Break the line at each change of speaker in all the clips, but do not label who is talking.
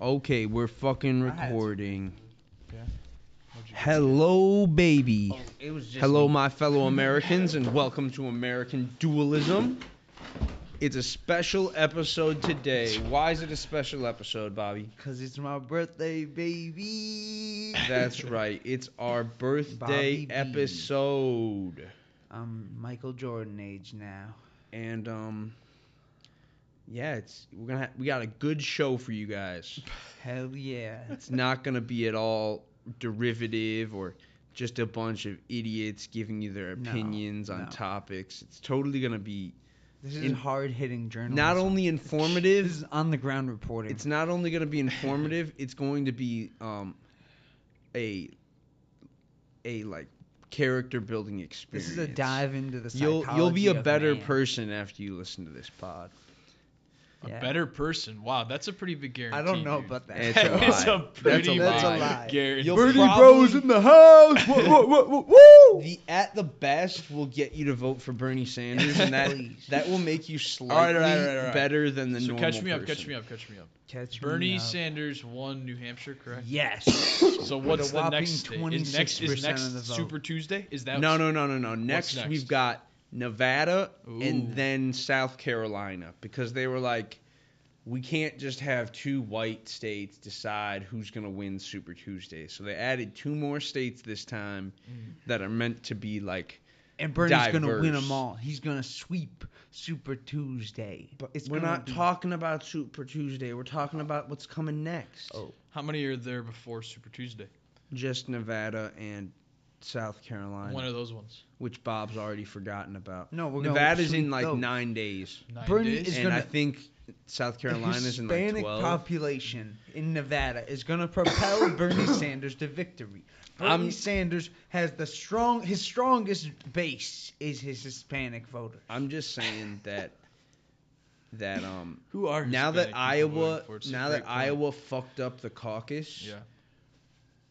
Okay, we're fucking
I had to.
recording.
What'd you-
Hello, baby.
Oh, it was just
Hello,
me.
my fellow Americans, and welcome to American Dualism. It's a special episode today. Why is it a special episode, Bobby?
Cause it's my birthday, baby.
That's right. It's our birthday
Bobby B.
episode.
I'm Michael Jordan age now.
And um yeah, it's we're going to we got a good show for you guys.
Hell yeah.
It's not going to be at all derivative or just a bunch of idiots giving you their
No,
opinions on
no.
topics. It's totally going to be
This is
In-
hard hitting journalism.
not only
this
informative,
is on the ground reporting.
it's not only going to be informative, it's going to be um a a like character building experience.
this is a dive into the
You'll you'll be
psychology
a
of
better
man.
person after you listen to this pod.
A
Yeah.
better person. Wow, that's a pretty big guarantee.
I don't know
dude.
about that.
It's a lie.
It's a
That's a
pretty
lie.
big
That's a
guarantee.
You'll
Pretty
probably-
bros in the house. Whoa, whoa, whoa, whoa, whoa.
The at the best will get you to vote for Bernie Sanders, and that
Please.
that will make you slightly
right, all right, all right, all right.
better than the
So
normal
catch me up, catch
person.
me up, catch me up.
Catch me
Bernie
up.
Sanders won New Hampshire, correct?
Yes.
So
With
what's
a
the
whopping
next state? Is next
26%
is next
of the vote.
Super Tuesday? Is that
No, no, no, no, no. Next,
next?
we've got Nevada and
Ooh.
then South Carolina because they were like, we can't just have two white states decide who's going to win Super Tuesday. So they added two more states this time
Mm-hmm.
that are meant to be like.
And Bernie's going to win
Diverse.
them all. He's going to sweep Super Tuesday. But it's
we're
gonna
not
be-
talking about Super Tuesday. We're talking about what's coming next.
Oh.
How many are there before Super Tuesday?
Just Nevada and South Carolina,
One of those ones.
which Bob's already forgotten about.
No, we're gonna
Nevada's in
sweep
like
those.
nine days,
Nine
Bernie
days?
is
and
gonna-
I think South Carolina's in like
Hispanic
twelve.
population in Nevada is going to propel Bernie Sanders to victory. Bernie
I'm-
Sanders has the strong his strongest base is his Hispanic voter.
I'm just saying that that um
Who are
now
Hispanic
that
people
Iowa
voting for? It's a
now
great
that
point.
Iowa fucked up the caucus,
Yeah.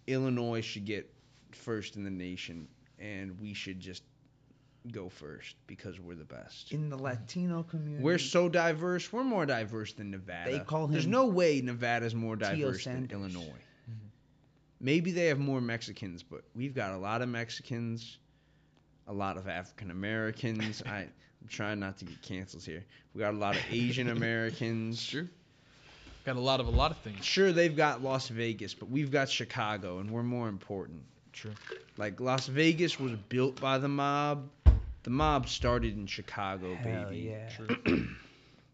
Illinois should get first in the nation and we should just go first because we're the best.
In the Latino community,
We're so diverse. We're more diverse than Nevada.
Mm-hmm. They call
There's
him
no way Nevada's more
T.O.
diverse than
Sanders. Mm-hmm.
Illinois. Maybe they have more Mexicans, but we've got a lot of Mexicans, a lot of African Americans. I- I'm trying not to get canceled here. We got a lot of Asian
It's
Americans.
true. Got a lot of a lot of things.
Sure, they've got Las Vegas, but we've got Chicago, and we're more important.
True.
Like Las Vegas was built by the mob. The mob started in Chicago,
Hell
baby.
yeah.
True.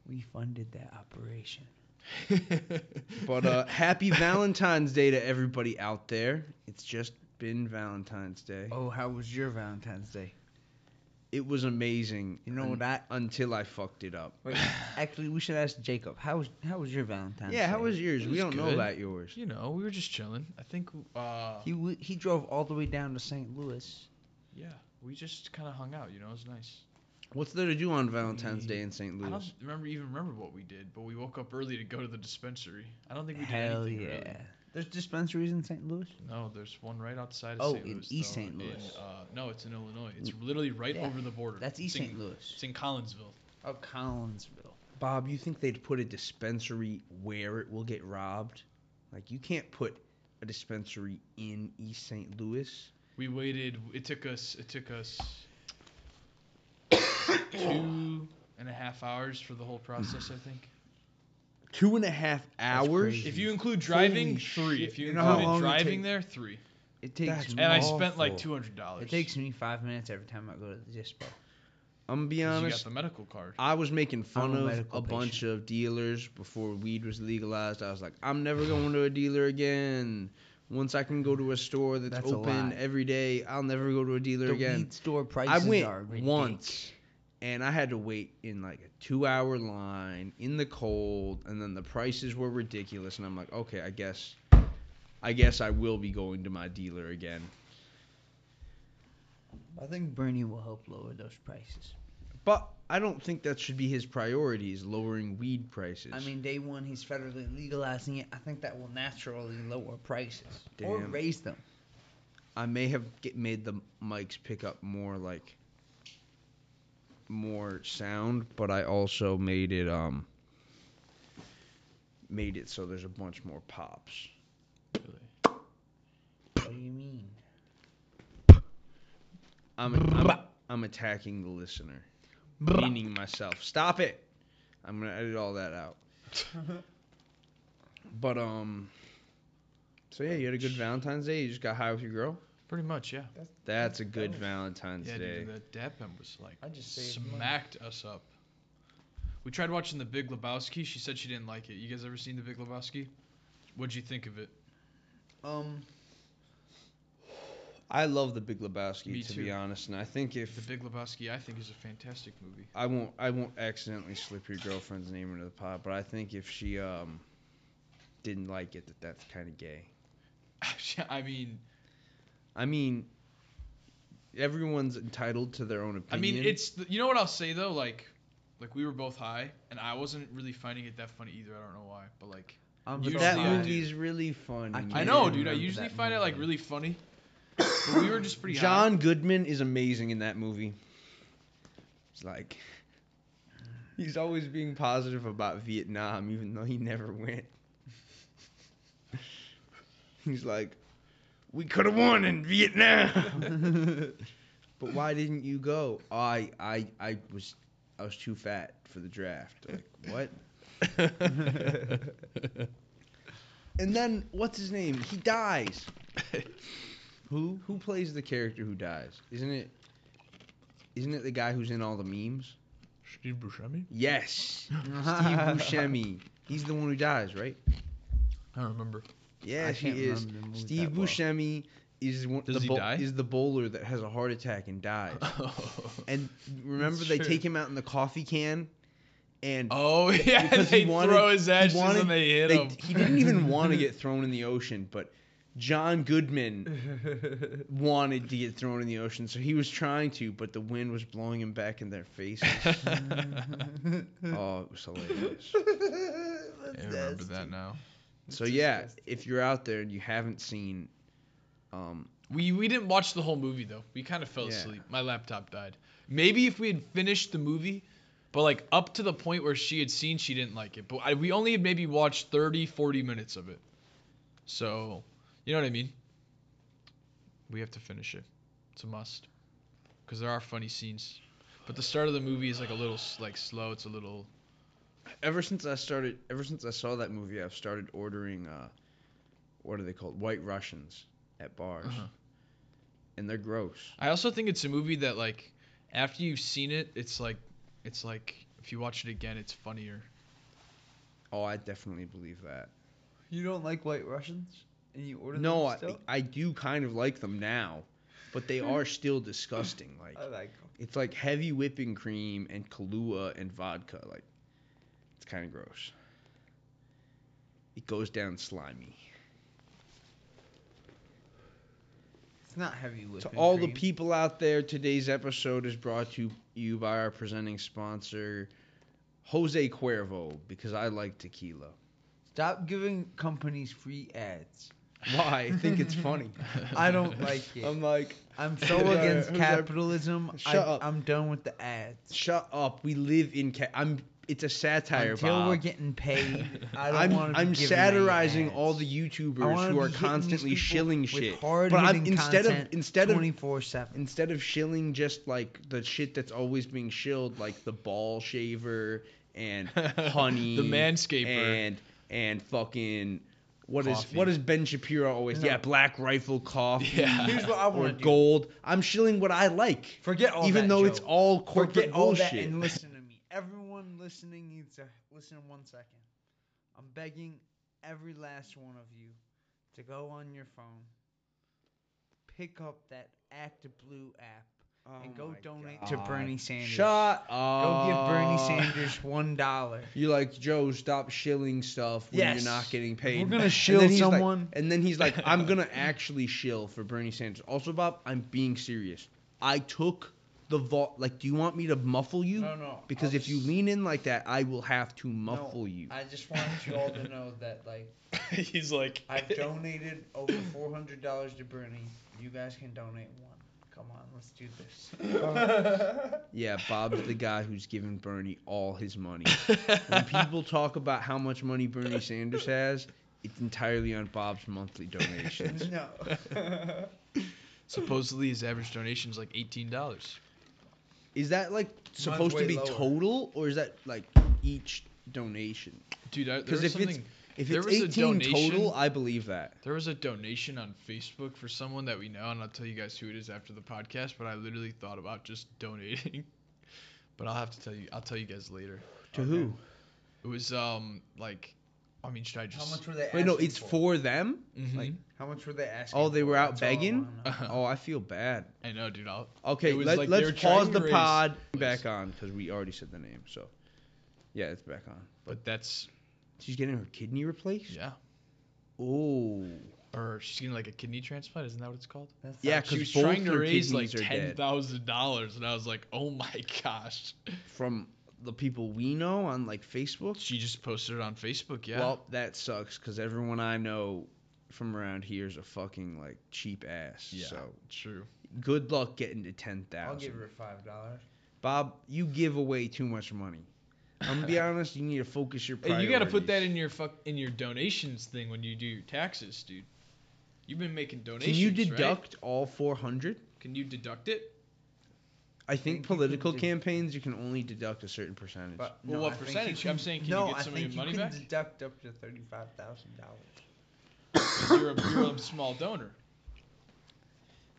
We funded that operation.
But uh, happy Valentine's Day to everybody out there. It's just been Valentine's Day.
Oh, how was your Valentine's Day?
It was amazing.
You know
un-
what I-
until I fucked it up.
Wait, actually, we should ask Jacob. How was how was your Valentine's?
yeah,
Day?
how was yours?
It
we
was
don't know
good.
about yours.
you know, we were just chilling. I think uh
He w- he drove all the way down to St. Louis.
yeah, we just kind of hung out, you know, it was nice.
What's there to do on Valentine's Day in St.
I
Louis?
don't remember even remember what we did, but we woke up early to go to the dispensary. I don't think we did
Hell
anything
yeah.
really.
There's dispensaries in St. Louis.
No, there's one right outside of
Oh,
St.
in
Louis.
East
though,
St. Louis.
uh, no, it's in Illinois. It's literally right
Yeah,
over the border.
That's East
It's in-
St. Louis.
It's in Collinsville.
Oh, Collinsville.
Bob, you think they'd put a dispensary where it will get robbed? Like you can't put a dispensary in East St. Louis.
We waited. It took us. It took us two and a half hours for the whole process. I think.
Two and a half hours.
crazy.
If you include driving,
Holy
three.
shit.
If you,
You know how
included
long it
driving
take-
there, three.
It takes
That's
me
And I
Awful.
spent like two hundred dollars.
It takes me five minutes every time I go to the dispo.
I'm gonna be
You
honest.
got the medical card.
I was making fun
I'm a
of a
medical
bunch of dealers before weed was legalized. I was like, I'm never going to a dealer again. Once I can go to a store that's,
That's a
open
lie.
every day, I'll never go to a dealer
The
again.
weed store prices
I went
are ridiculous.
once and I had to wait in like a two hour line in the cold and then the prices were ridiculous and I'm like, okay, I guess I guess I will be going to my dealer again.
I think Bernie will help lower those prices.
But I don't think that should be his priority is lowering weed prices.
I mean, day one he's federally legalizing it. I think that will naturally lower prices or
Damn.
raise them.
I may have get, made the mics pick up more like more sound, but I also made it um made it so there's a bunch more pops.
Really.
What do you mean?
I'm I'm, I'm attacking the listener, meaning myself. Stop it. I'm gonna edit all that out. But um, so yeah, you had a good Valentine's Day. You just got high with your girl.
Pretty much, yeah.
That's a good
That was-
Valentine's
Yeah,
Day.
dude, that Dappen was like
I just saved money.
smacked us up. We tried watching The Big Lebowski. She said she didn't like it. You guys ever seen The Big Lebowski? What'd you think of it?
Um,
I love the Big Lebowski
Me
to
too.
be honest, and I think
The
if
Big Lebowski, I think, is a fantastic movie.
I won't I won't accidentally slip your girlfriend's name into the pot, but I think if she um didn't like it, that that's kind of gay.
I mean,
I mean, everyone's entitled to their own
I
opinion.
mean, it's the, you know what I'll say though, like, like we were both high, and I wasn't really finding it that funny either. I don't know why, but like,
I'm
but
usually
that
I do.
movie's really fun.
I
man.
I
Yeah, I
know, dude. I
remember
usually
that
find it like
movie.
really funny, but we were just pretty
John Goodman is amazing in that movie. It's like he's always being positive about Vietnam, even though he never went. He's like, we could have won in Vietnam, but why didn't you go? I I I was I was too fat for the draft. Like what? And then what's his name? He dies. Who who plays the character who dies? Isn't it isn't it the guy who's in all the memes?
Steve Buscemi.
Yes. Steve Buscemi. He's the one who dies, right?
I don't remember.
Yes, he
can't
is.
remember the movie
Steve
that well.
Buscemi is one,
Does
the
he
bowl-
die?
is the bowler that has a heart attack and dies. and remember
That's
they
true.
take him out in the coffee can and
oh yeah,
Because he
they
wanted-
throw his
he
ashes
wanted-
and they hit
they-
him.
he didn't even want to get thrown in the ocean, but John Goodman wanted to get thrown in the ocean, so he was trying to, but the wind was blowing him back in their faces. oh, it was hilarious.
I remember that now.
So
It's
yeah,
disgusting.
if you're out there and you haven't seen, um,
We we didn't watch the whole movie though. We kind of fell
Yeah.
asleep. My laptop died. Maybe if we had finished the movie, but like up to the point where she had seen, she didn't like it. But I, we only had maybe watched 30, 40 minutes of it. So, you know what I mean? We have to finish it. It's a must. Cuz there are funny scenes. But the start of the movie is like a little s- like slow. It's a little
ever since I started, ever since I saw that movie, I've started ordering, uh, what are they called, White Russians at bars,
Uh-huh.
and they're gross.
I also think it's a movie that like after you've seen it, it's like it's like if you watch it again, it's funnier.
Oh, I definitely believe that.
You don't like White Russians, and you order
No,
them
I,
still?
I do kind of like them now, but they are still disgusting. Like
I like 'em.
it's like heavy whipping cream and Kahlua and vodka. Like it's kind of gross. It goes down slimy.
It's not heavy whipping
to all the
cream.
people out there, today's episode is brought to you by our presenting sponsor, Jose Cuervo, because I like tequila.
Stop giving companies free ads.
Why? I think it's funny.
I don't like it.
I'm
I'm,
like,
so
Who's that-
against
who's that-
capitalism.
Shut
I,
up.
I'm done with the ads.
shut up. We live in. Ca- I'm. It's a satire.
Until
Bob.
we're getting paid, I don't
I'm,
want to
I'm
be
satirizing all the
I
YouTubers
wanna
who
be
are
hitting these
constantly
people
shilling
with
shit.
hard
But I'm
hitting
instead of
content
instead of
24 7.
instead of shilling just like the shit that's always being shilled, like the ball shaver and honey,
The manscaper.
and and fucking what is
Coffee.
what is Ben Shapiro always?
No.
Yeah, black rifle coffee.
Yeah.
Here's what I
Or
want to do.
gold. I'm shilling what I like,
Forget all
even
that,
though
Joe.
it's all corporate
Forget all
bullshit.
that and listen to me. Everyone listening needs to listen one second. I'm begging every last one of you to go on your phone, pick up that ActiBlue app, and go donate to Bernie Sanders.
Shut
Go
up.
give Bernie Sanders one dollar.
You're like, Joe, stop shilling stuff when
Yes.
you're not getting paid.
We're gonna
And then
shill
he's like-
someone.
and then he's like, I'm gonna actually shill for Bernie Sanders. Also, Bob, I'm being serious. I took the vault. Like, do you want me to muffle you?
No, no,
Because
I'll
if you
just-
lean in like that, I will have to
No,
muffle you.
I just want you all to know that like
He's like,
I've donated over four hundred dollars to Bernie. You guys can donate one. Come on, let's do this.
Yeah, Bob's the guy who's giving Bernie all his money. when people talk about how much money Bernie Sanders has, it's entirely on Bob's monthly donations.
no.
Supposedly his average donation is like eighteen dollars.
Is that like supposed to
way
be
lower.
total, or is that like each donation?
Dude, I, there
Because
was
if
something.
it's if
there
it's
was a
eighteen total,
donation-
I believe that.
There was a donation on Facebook for someone that we know, and I'll tell you guys who it is after the podcast. But I literally thought about just donating, but I'll have to tell you. I'll tell you guys later.
To
Okay.
who?
It was um like, I mean, should I
How
just?
much were they?
Wait, no,
asking
it's for them.
Mhm.
like-
How much were they asking?
Oh, they
for?
were out
That's all I
begging.
wanna know.
Uh-huh.
Oh, I feel bad.
I know, dude. I'll,
Okay,
It was
let,
like they were
let's
trying
pause
to
the
raise-
pod
Please.
back on because we already said the name. So, yeah, it's back on.
but that's
She's getting her kidney replaced.
yeah.
Oh,
Or she's getting like a kidney transplant. Isn't that what it's called?
That's
Yeah,
She
'cause
was
both
trying to
her
raise like
kidneys are
ten
dead.
thousand dollars, and I was like, oh my gosh.
from the people we know on like Facebook.
She just posted it on Facebook. Yeah.
Well, that sucks because everyone I know from around here is a fucking like cheap ass.
yeah.
So
True.
good luck getting to ten
I'll give
thousand.
her five dollars.
Bob, you give away too much money. I'm gonna be honest. You need to focus your.
Hey,
Priorities.
you got to put that in your fuck in your donations thing when you do your taxes, dude. You've been making
Can
donations.
you
Right?
deduct all four hundred?
Can you deduct it?
I
think
think
you can
political
do-
campaigns you can only deduct a certain percentage.
But
Well,
no,
what
I think you
percentage?
Can,
I'm saying, can you
no,
get
I
some of
think
your money
you
back?
can deduct up to thirty-five thousand dollars.
'Cause You're a, you're a small donor.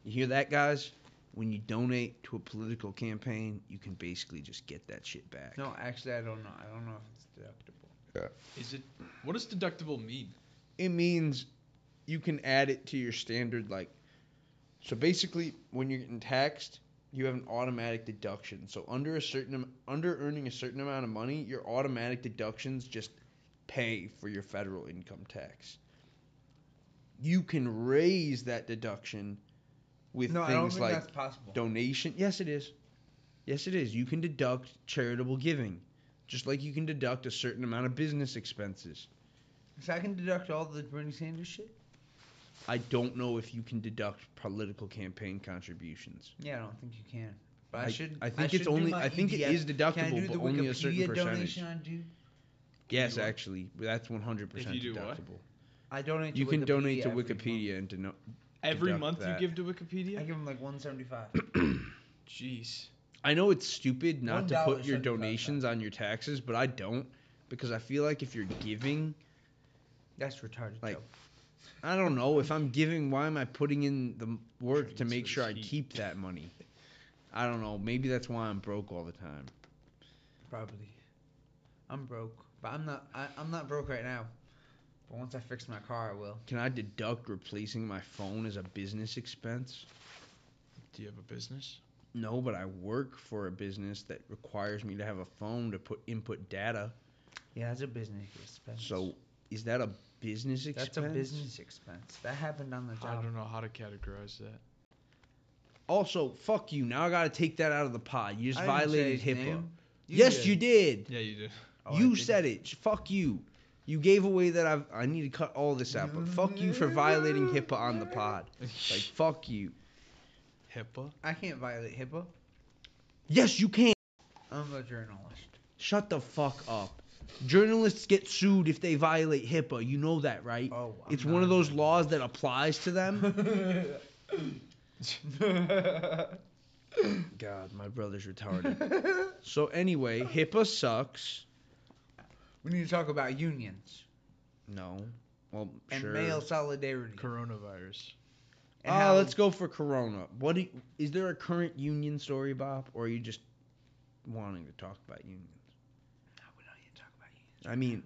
you hear that, guys? When you donate to a political campaign, you can basically just get that shit back.
No, actually, I don't know. I don't know if it's deductible.
Is it? What does deductible mean?
It means you can add it to your standard like so basically when you're getting taxed, you have an automatic deduction. So under a certain am- under earning a certain amount of money, your automatic deductions just pay for your federal income tax. You can raise that deduction with
no, I don't
things
think
like
that's possible.
donation. Yes, it is. Yes, it is. You can deduct charitable giving, just like you can deduct a certain amount of business expenses.
So I can deduct all the Bernie Sanders shit.
I don't know if you can deduct political campaign contributions.
Yeah, I don't think you can. But I,
I-
should.
I think
should
it's
do
only-
my
I think it
EDF.
is deductible,
Can I do
but
the
only a certain
Wikipedia
percentage.
donation I do.
Yes,
you what?
actually, but that's 100%
If you do
deductible.
what?
I donate.
You
to
can
Wikipedia
donate to
every month.
Wikipedia and to no-
Every
Deduct
month
that.
you give to
I
Wikipedia?
give them like one seventy-five.
Jeez.
I know it's stupid not to put your
$1.75.
donations on your taxes, but I don't because I feel like if you're giving,
That's retarded.
Like,
Joe.
I don't know, if I'm giving, why am I putting in the m- work to
Trades
make
for
sure
the
I
heat.
keep that money? I don't know. Maybe that's why I'm broke all the time.
probably. I'm broke, but I'm not. I, I'm not broke right now. But once I fix my car, I will.
Can I deduct replacing my phone as a business expense?
Do you have a business?
No, but I work for a business that requires me to have a phone to put input data.
Yeah, that's a business expense.
So is that a business
that's
expense?
a business expense. That happened on the
I
job.
don't know how to categorize that.
Also, fuck you. Now I gotta take that out of the pod. You just
I didn't say
violated
his
HIPAA.
name.
yes,
did.
you did.
Yeah, you did.
Oh, I
you
did.
said it. Sh- Fuck you. You gave away that I've. I need to cut all this out. But fuck you for violating HIPAA on the pod. Like fuck you.
HIPAA?
I can't violate HIPAA.
Yes, you can.
I'm a journalist.
Shut the fuck up. Journalists get sued if they violate HIPAA. You know that, right?
Oh, I'm
it's
not
one of
a
those
journalist.
laws that applies to them. God, my brother's retarded. so anyway, HIPAA sucks.
we need to talk about unions
No. Well,
and
sure.
male solidarity.
Coronavirus.
and
Ah,
how-
let's go for Corona. What do you- is there a current union story, Bob, or are you just wanting to talk about unions?
No, we don't need to talk about unions.
I mean,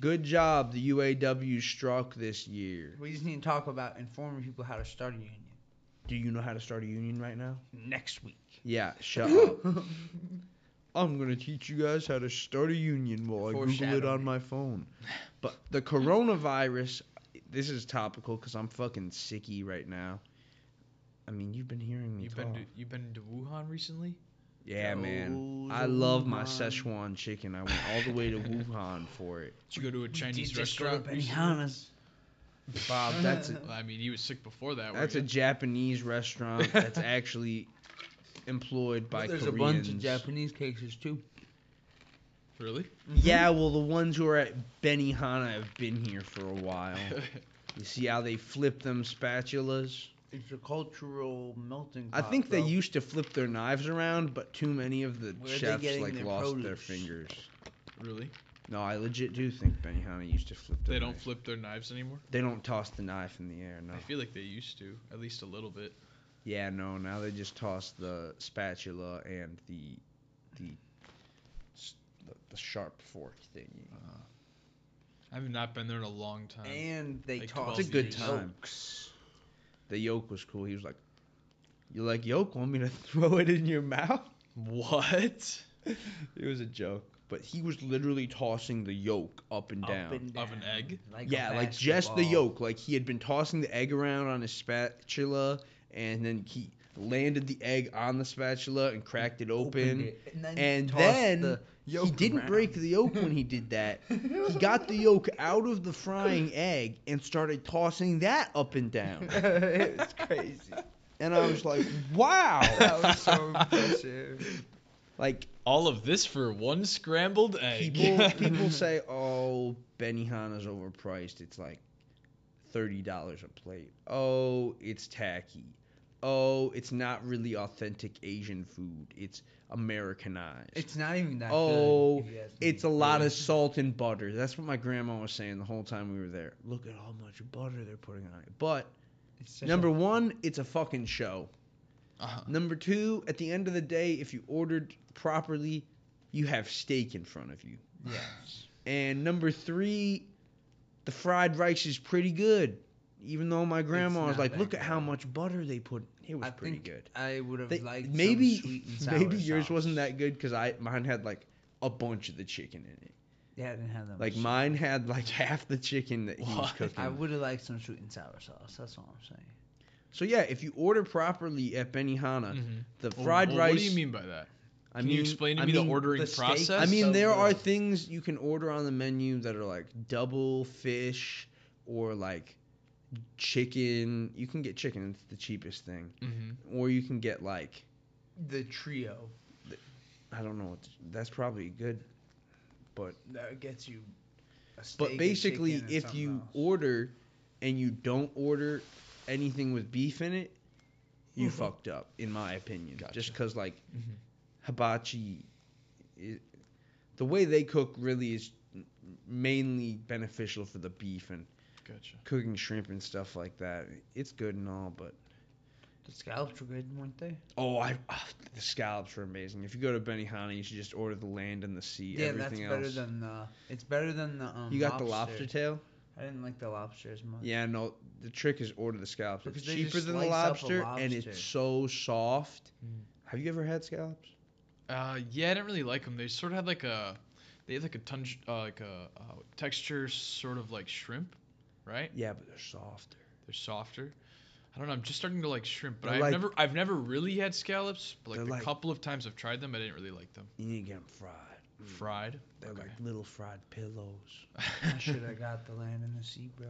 good job the UAW struck this year.
We just need to talk about informing people how to start a union
Do you know how to start a union right now?
next week.
Yeah, shut up. I'm gonna teach you guys how to start a union while I Google it on
Foreshadowing.
my phone. But the coronavirus, this is topical because I'm fucking sicky right now. I mean, you've been hearing me
You've
talk.
been to, you've been to Wuhan recently?
yeah, man.
Goes
I love my
Wuhan.
Szechuan chicken. I went all the way to Wuhan for it.
Did you go to a Chinese
Did you just go to
restaurant?
Benihana's?
Bob, that's a,
I mean, he was sick before that.
that's a
weren't
Japanese restaurant that's actually employed by
there's
Koreans.
a bunch of Japanese cases too.
you? really.
Mm-hmm. Yeah, well, the ones who are at Benihana have been here for a while. You see how they flip them spatulas?
Mm-hmm. It's a cultural melting
I
pot.
think they
bro.
used to flip their knives around, but too many of the
Where are they
chefs
getting
like
their
lost their
produce?
fingers.
really?
No, I legit do think Benihana used to flip. Their
They don't
knives.
flip their knives anymore.
They don't toss the knife in the air. No.
I feel like they used to, at least a little bit.
Yeah, no. Now they just toss the spatula and the the s- the, the sharp fork thingy.
Uh-huh.
I've not been there in a long time.
And they
Like
talk.
12
It's a good
years.
time. The yolk was cool. He was like, "You like yolk? Want me to throw it in your mouth?"
What?
It was a joke, but he was literally tossing the yolk up and down.
Of an egg?
Like a
yeah, like just the
basketball.
yolk. Like he had been tossing the egg around on his spatula, and then he landed the egg on the spatula and cracked it open.
Opened it, and then,
and
tossed
then
the
he
yolk
didn't
around.
break the yolk when he did that. He got the yolk out of the frying egg and started tossing that up and down.
it was crazy.
And I was like, wow.
That was so impressive.
Like
All of this for one scrambled egg.
people people say, oh, Benihana's overpriced. It's like thirty dollars a plate. Oh, it's tacky. Oh, it's not really authentic Asian food. It's Americanized.
It's not even that
Oh,
good. if you ask me.
It's a lot of salt and butter. That's what my grandma was saying the whole time we were there. Look at how much butter they're putting on it. But
It's such
number
a-
one, it's a fucking show.
Uh-huh.
Number two, at the end of the day, if you ordered properly, you have steak in front of you.
Yes.
And number three, the fried rice is pretty good. Even though my grandma was
not
like,
that
look at how
good.
much butter they put. It was
I
pretty
think
good.
I would have
They-
liked some
maybe
sweet and sour
maybe yours
sauce.
wasn't that good because I mine had like a bunch of the chicken in it.
Yeah, I didn't have that.
Like
much.
mine had like half the chicken that he was
What?
cooking.
I would have liked some sweet and sour sauce. That's all I'm saying.
so yeah, if you order properly at Benihana,
Mm.
Mhm.
the
Well,
fried
well,
rice.
What do you mean by that?
I
Can
mean,
you explain to
I
me
mean-
the ordering
the steak-
process?
I mean,
so
there are
good.
things you can order on the menu that are like double fish or like chicken. You can get chicken; it's the cheapest thing.
Mhm.
Or you can get like
The trio
I don't know. What that's probably good.
that gets you. A steak,
But
a
basically,
chicken, and
if
something
you
else.
order and you don't order anything with beef in it, you
Mhm.
fucked up, in my opinion. Just 'cause Just
Gotcha.
because, like,
Mhm.
hibachi, i the way they cook really is m- mainly beneficial for the beef and
Gotcha.
cooking shrimp and stuff like that. It's good and all, but
the scallops were good, weren't they?
oh, I ah, the scallops are amazing. If you go to Benihana, you should just order the land and the sea.
Yeah, that's
everything
better
else.
than the. It's better than the. Um,
you got the lobster tail.
I didn't like the lobster as much.
Yeah, no. The trick is order the scallops.
Because
it's
they
cheaper
just
than the
slice up a
lobster, and it's
lobster.
so soft.
Mm.
Have you ever had scallops?
Uh, yeah, I didn't really like them. They sort of had like a, they had like a tun- uh, like a uh, texture sort of like shrimp, right?
Yeah, but they're softer.
They're softer. I don't know. I'm just starting to like shrimp, but
They're
I've
like-
never, I've never really had scallops. But
They're
like the
like-
couple of times I've tried them, I didn't really like them.
You need to get them fried. Mm.
Fried.
They're
Okay.
like little fried pillows.
I should have got the land and the sea, bro.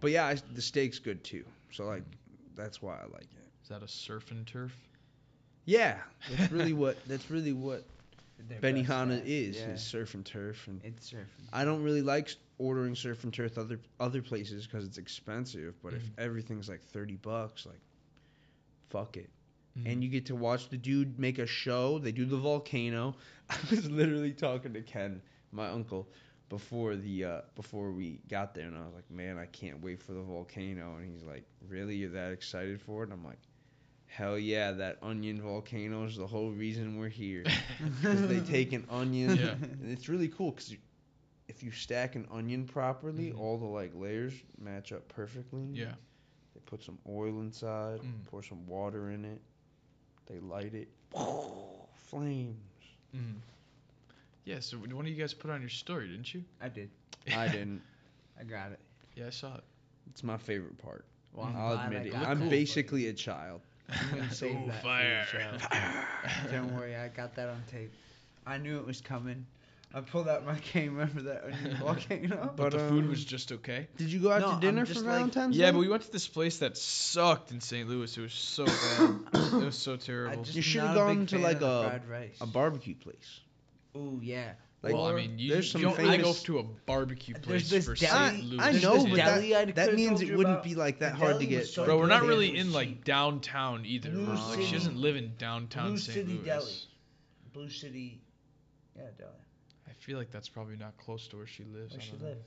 But yeah, I, the steak's good too. So like,
Mm-hmm.
that's why I like it.
Is that a surf and turf?
Yeah, that's really what that's really what
They're best
Benihana
at-
is
Yeah.
is surf and turf. And
It's surfing.
I don't really like s- ordering surf and turf other other places because it's expensive. But if
Mhm.
Mm-hmm.
everything's like thirty bucks, like, fuck it.
Mm.
and you get to watch the dude make a show. They do the volcano. I was literally talking to Ken, my uncle, before the uh, before we got there, and I was like, "Man, I can't wait for the volcano." And he's like, "Really? You're that excited for it?" And I'm like, "Hell yeah! That onion volcano is the whole reason we're here. 'Cause they take an onion,
Yeah.
and it's really cool because you, if you stack an onion properly,
Mhm.
all the like layers match up perfectly.
Yeah.
They put some oil inside,
Mm.
pour some water in it. They light it. Flames.
Mm. Yeah. So one of you guys put on your story, didn't you?
I did.
I didn't.
I got it.
yeah, I saw it.
It's my favorite part.
Well, I'm
I'll
glad
admit it.
I got
I'm
that.
basically a child.
I'm gonna save
Ooh,
that for the
fire.
show. Don't worry, I got that on tape. I knew it was coming. I pulled out my camera for that onion volcano.
But,
But,
the food
um,
was just okay.
Did you go out
No, I'm
to dinner for
just like-
Valentine's
Yeah,
Day?
but we went to this place that sucked in St. Louis. It was so bad. it was so
I
terrible.
just
You should've
not a big
gone to,
fan
like,
of the
a-
fried rice.
a barbecue place.
Ooh yeah.
Like,
well, I
or-
mean, you,
there's
you
some
don't
famous.
go to a barbecue
There's
place
this
for
deli-
St. Louis.
I
There's
know,
this
but
deli I
that, that
could've
means
told
it
you
wouldn't
about.
be like that
The
hard to
deli
get.
was so
Bro, we're not
Deli
really
was
in like
cheap.
downtown either.
Blue
We're, like she
City-
doesn't live in downtown
Blue
St.
City
Louis.
Deli. Blue City. Yeah, deli.
I feel like that's probably not close to where she lives.
Where
I
she
don't
live?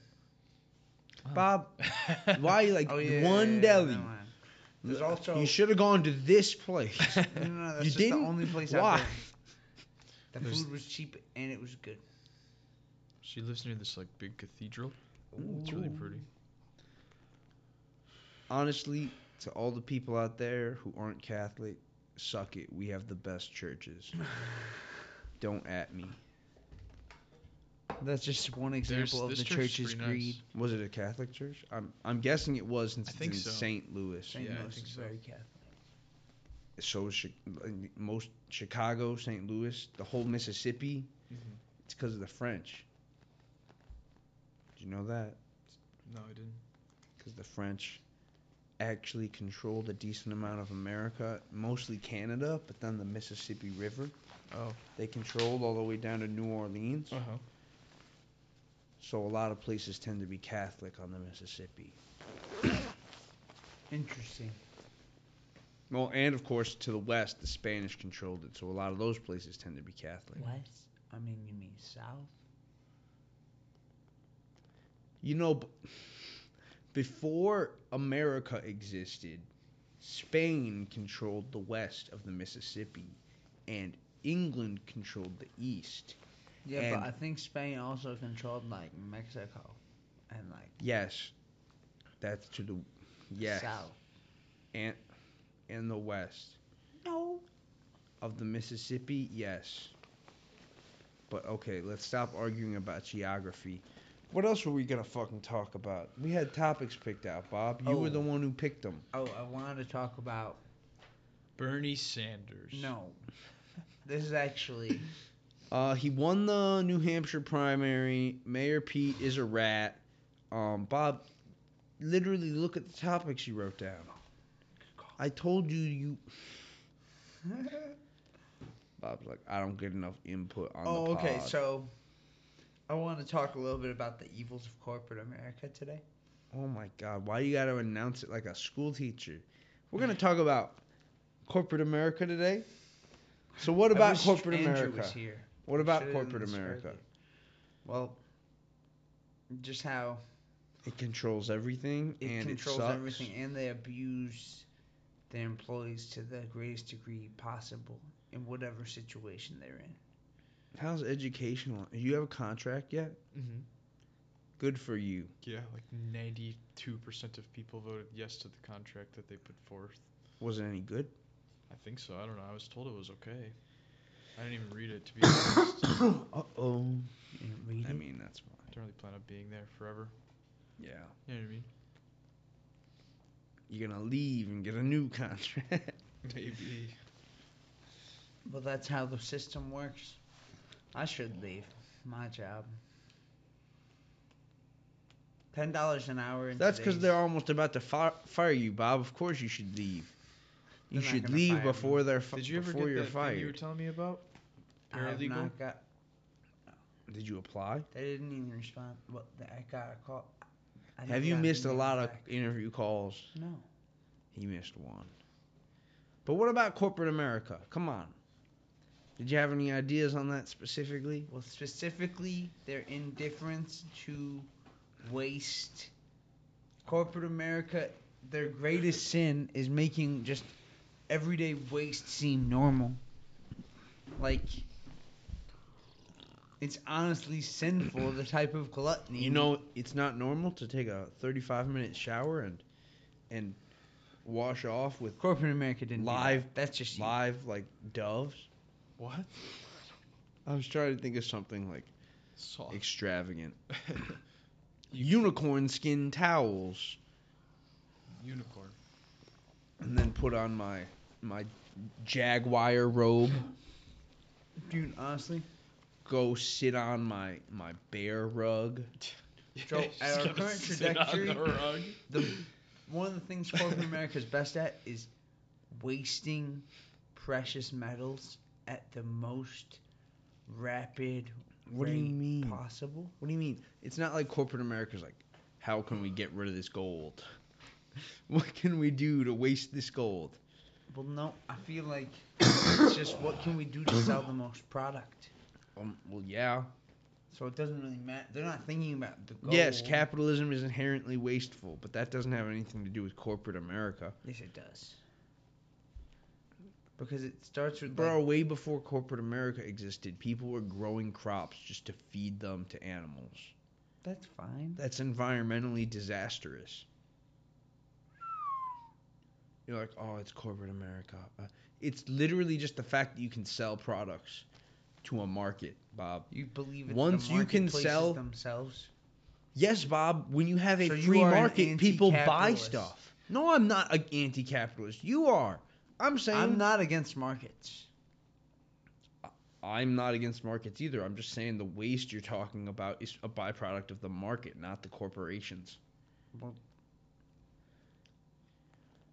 Bob,
know.
why you like one deli?
Oh, never mind. There's also
you should have gone to this place.
No, no, no, that's
you
just
didn't.
the only place
Why?
I've been. The
There's-
food was cheap and it was good.
She lives near this like big cathedral.
Ooh,
It's really pretty.
Honestly, to all the people out there who aren't Catholic, suck it. We have the best churches. Don't at me.
That's just one
There's,
example
this
of the
church is
church's
pretty nice.
greed.
Was it a Catholic church? I'm I'm guessing it was since
I
it's
think
in
so.
St. Louis.
St.
Yeah, I
Louis
think
is
so.
very Catholic.
So is Chi- like, most Chicago, St. Louis, the whole Mississippi,
Mhm.
it's because of the French. Did you know that?
No, I didn't.
because the French actually controlled a decent amount of America, mostly Canada, but then the Mississippi River.
Oh.
They controlled all the way down to New Orleans.
Uh huh.
So a lot of places tend to be Catholic on the Mississippi.
Interesting.
Well, and of course to the west, the Spanish controlled it. So a lot of those places tend to be Catholic.
West? I mean, you mean south?
You know, b- before America existed, Spain controlled the west of the Mississippi, and England controlled the east.
Yeah,
And-
but I think Spain also controlled like Mexico and like
Yes. That's to the yes
south.
and and the west
No.
of the Mississippi. Yes. But okay, let's stop arguing about geography. What else were we gonna fucking talk about? We had topics picked out, Bob. You were the
Oh.
one who picked them.
Oh, I wanted to talk about
Bernie Sanders.
no. This is actually
Uh, he won the New Hampshire primary. Mayor Pete is a rat. Um, Bob, literally look at the topics you wrote down. I told you you. Bob's like, I don't get enough input on
Oh,
the pod.
okay. So I want to talk a little bit about the evils of corporate America today.
Oh my God, why you gotta announce it like a school teacher? We're gonna talk about corporate America today. So what
I
about
wish
corporate
Andrew
America?
was here.
What
We
about
should've done
corporate
this
America?
earlier. Well, just how
It controls everything
it
and
controls
it sucks.
everything and they abuse their employees to the greatest degree possible in whatever situation they're in.
How's educational? You have a contract yet?
Mm-hmm.
Good for you.
Yeah, like ninety-two percent of people voted yes to the contract that they put forth.
Was it any good?
I think so. I don't know. I was told it was okay. I didn't even read it to be honest. I
uh oh.
You didn't read
I
it?
mean, that's fine.
don't really plan on being there forever.
Yeah.
You know what I mean?
You're gonna leave and get a new contract.
Maybe.
Well, that's how the system works. I should leave my job. Ten dollars an hour. In
That's because
today's-
they're almost about to fi- fire you, Bob. Of course you should leave. You
They're not
should
gonna
leave
fire me.
before they're fi-
Did you ever
before
get
you're
that
fired.
thing you were telling me about?
I have
Paralegal?
not got-
Did you apply?
They didn't even respond. Well, th- I got a call. I never
have you
got an
missed a
email
lot of
back.
interview calls?
No.
He missed one. But what about corporate America? Come on. Did you have any ideas on that specifically?
Well, specifically, their indifference to waste. Corporate America, their greatest sin is making just everyday waste seem normal. Like, it's honestly sinful, the type of gluttony.
You know, it's not normal to take a 35 minute shower and and wash off with
corporate America didn't. do that.
Live-
That's just. you.
live like doves.
What?
I was trying to think of something like
Soft.
extravagant. Unicorn skin towels,
Unicorn.
and then put on my my jaguar robe.
Dude, honestly,
go sit on my my bear rug.
So,
Just
at our
gotta
current
sit on the
trajectory-
rug.
The, one of the things corporate America is best at is wasting precious metals at the most rapid
What do you
rate
mean?
possible.
What do you mean? It's not like corporate America's like, how can we get rid of this gold? what can we do to waste this gold?
Well, no, I feel like it's just what can we do to sell the most product.
Um, well, yeah.
So it doesn't really matter. They're not thinking about the gold.
Yes, capitalism is inherently wasteful, but that doesn't have anything to do with corporate America.
Yes, it does. Because it starts with
Bro,
like,
way before corporate America existed, people were growing crops just to feed them to animals.
that's fine.
That's environmentally disastrous. You're like, oh, it's corporate America. Uh, it's literally just the fact that you can sell products to a market, Bob.
You believe it's
Once
the
you can
marketplaces
sell-
themselves.
Yes, Bob, when you have a
So you
free
are an
market, people buy
anti-capitalist.
stuff. No, I'm not an anti capitalist. You are. I'm saying
I'm not against markets.
I'm not against markets either. I'm just saying the waste you're talking about is a byproduct of the market, not the corporations.
Well-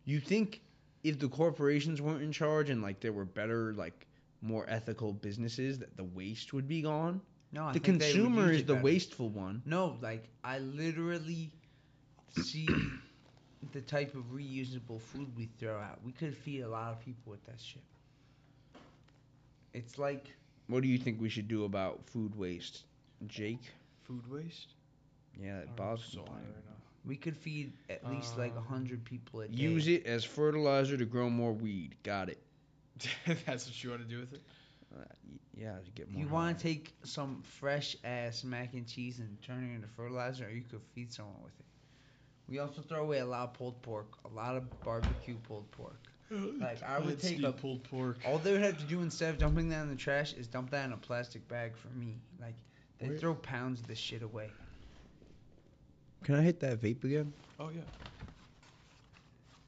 you think if the corporations weren't in charge and like there were better, like more ethical businesses, that the waste would be gone?
No, I
the
think they would
consumer
use
is
it
the
better.
wasteful one.
No, like I literally see the type of reusable food we throw out. We could feed a lot of people with that shit. It's like
What do you think we should do about food waste, Jake?
Food waste.
Yeah, that
I'm
Bob's
so high
complaining.
right now.
we could feed at least like a
Um,
hundred people a day.
Use it as fertilizer to grow more weed. Got it.
That's what you want to do with it.
Uh, y- yeah, to get more.
You want
high.
to take some fresh ass mac and cheese and turn it into fertilizer, or you could feed someone with it. We also throw away a lot of pulled pork, a lot of barbecue pulled pork. Like, I would
Let's
take
eat
a-
pulled pork.
All they would have to do instead of dumping that in the trash is dump that in a plastic bag for me. Like they
Where-
throw pounds of this shit away.
Can I hit that vape again?
Oh yeah,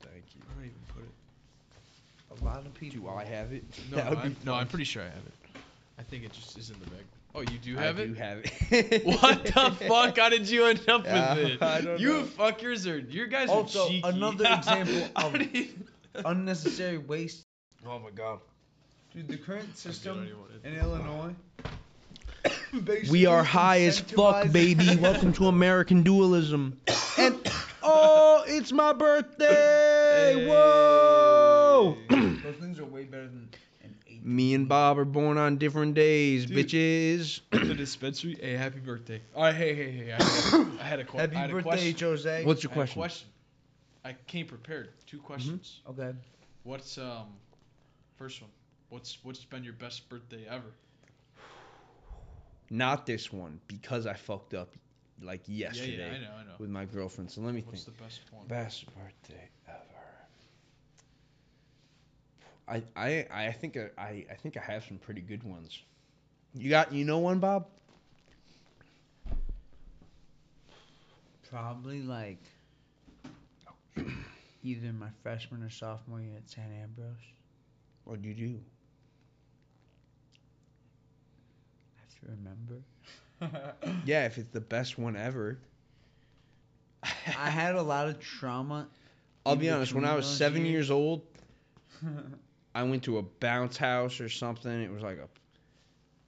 Thank you.
I don't even put it.
A lot of people.
Do I have it?
No,
That would
I'm,
be
no,
fun.
I'm pretty sure I have it. I think it just is in the bag. Oh, you do
I
have it.
do have it.
What the fuck? How did you end up with
Uh,
it?
I don't
you
know.
fuckers are you guys
Also,
are cheeky.
another example
How
of-
do you-
Unnecessary waste.
Oh my god.
Dude, the current
I
system
don't want it.
in Illinois.
We are high as fuck, baby. Welcome to American dualism. And oh, it's my birthday! Whoa!
Those things are way better than an eight.
Me and Bob are born on different days,
Dude.
bitches.
the dispensary. Hey, happy birthday. All right, hey, hey, hey. I had, I had a, que- I
Happy
had a
birthday,
question.
Jose.
What's your
I had a
question?
question. I came prepared. Two questions.
okay?
Mm-hmm.
What's um, first one? What's what's been your best birthday ever?
Not this one because I fucked up like yesterday
Yeah, yeah, I know, I know.
with my girlfriend. So let me think.
What's the best one?
Best birthday ever. I I I think I- I I think I have some pretty good ones. You got you know one, Bob?
Probably like either my freshman or sophomore year at San Ambrose.
What'd you do?
I have to remember.
Uh-huh.
Yeah, if it's the best one ever.
I had a lot of trauma.
I'll
in
be honest. When
between
I was
those
seven
years.
years old, I went to a bounce house or something. It was like a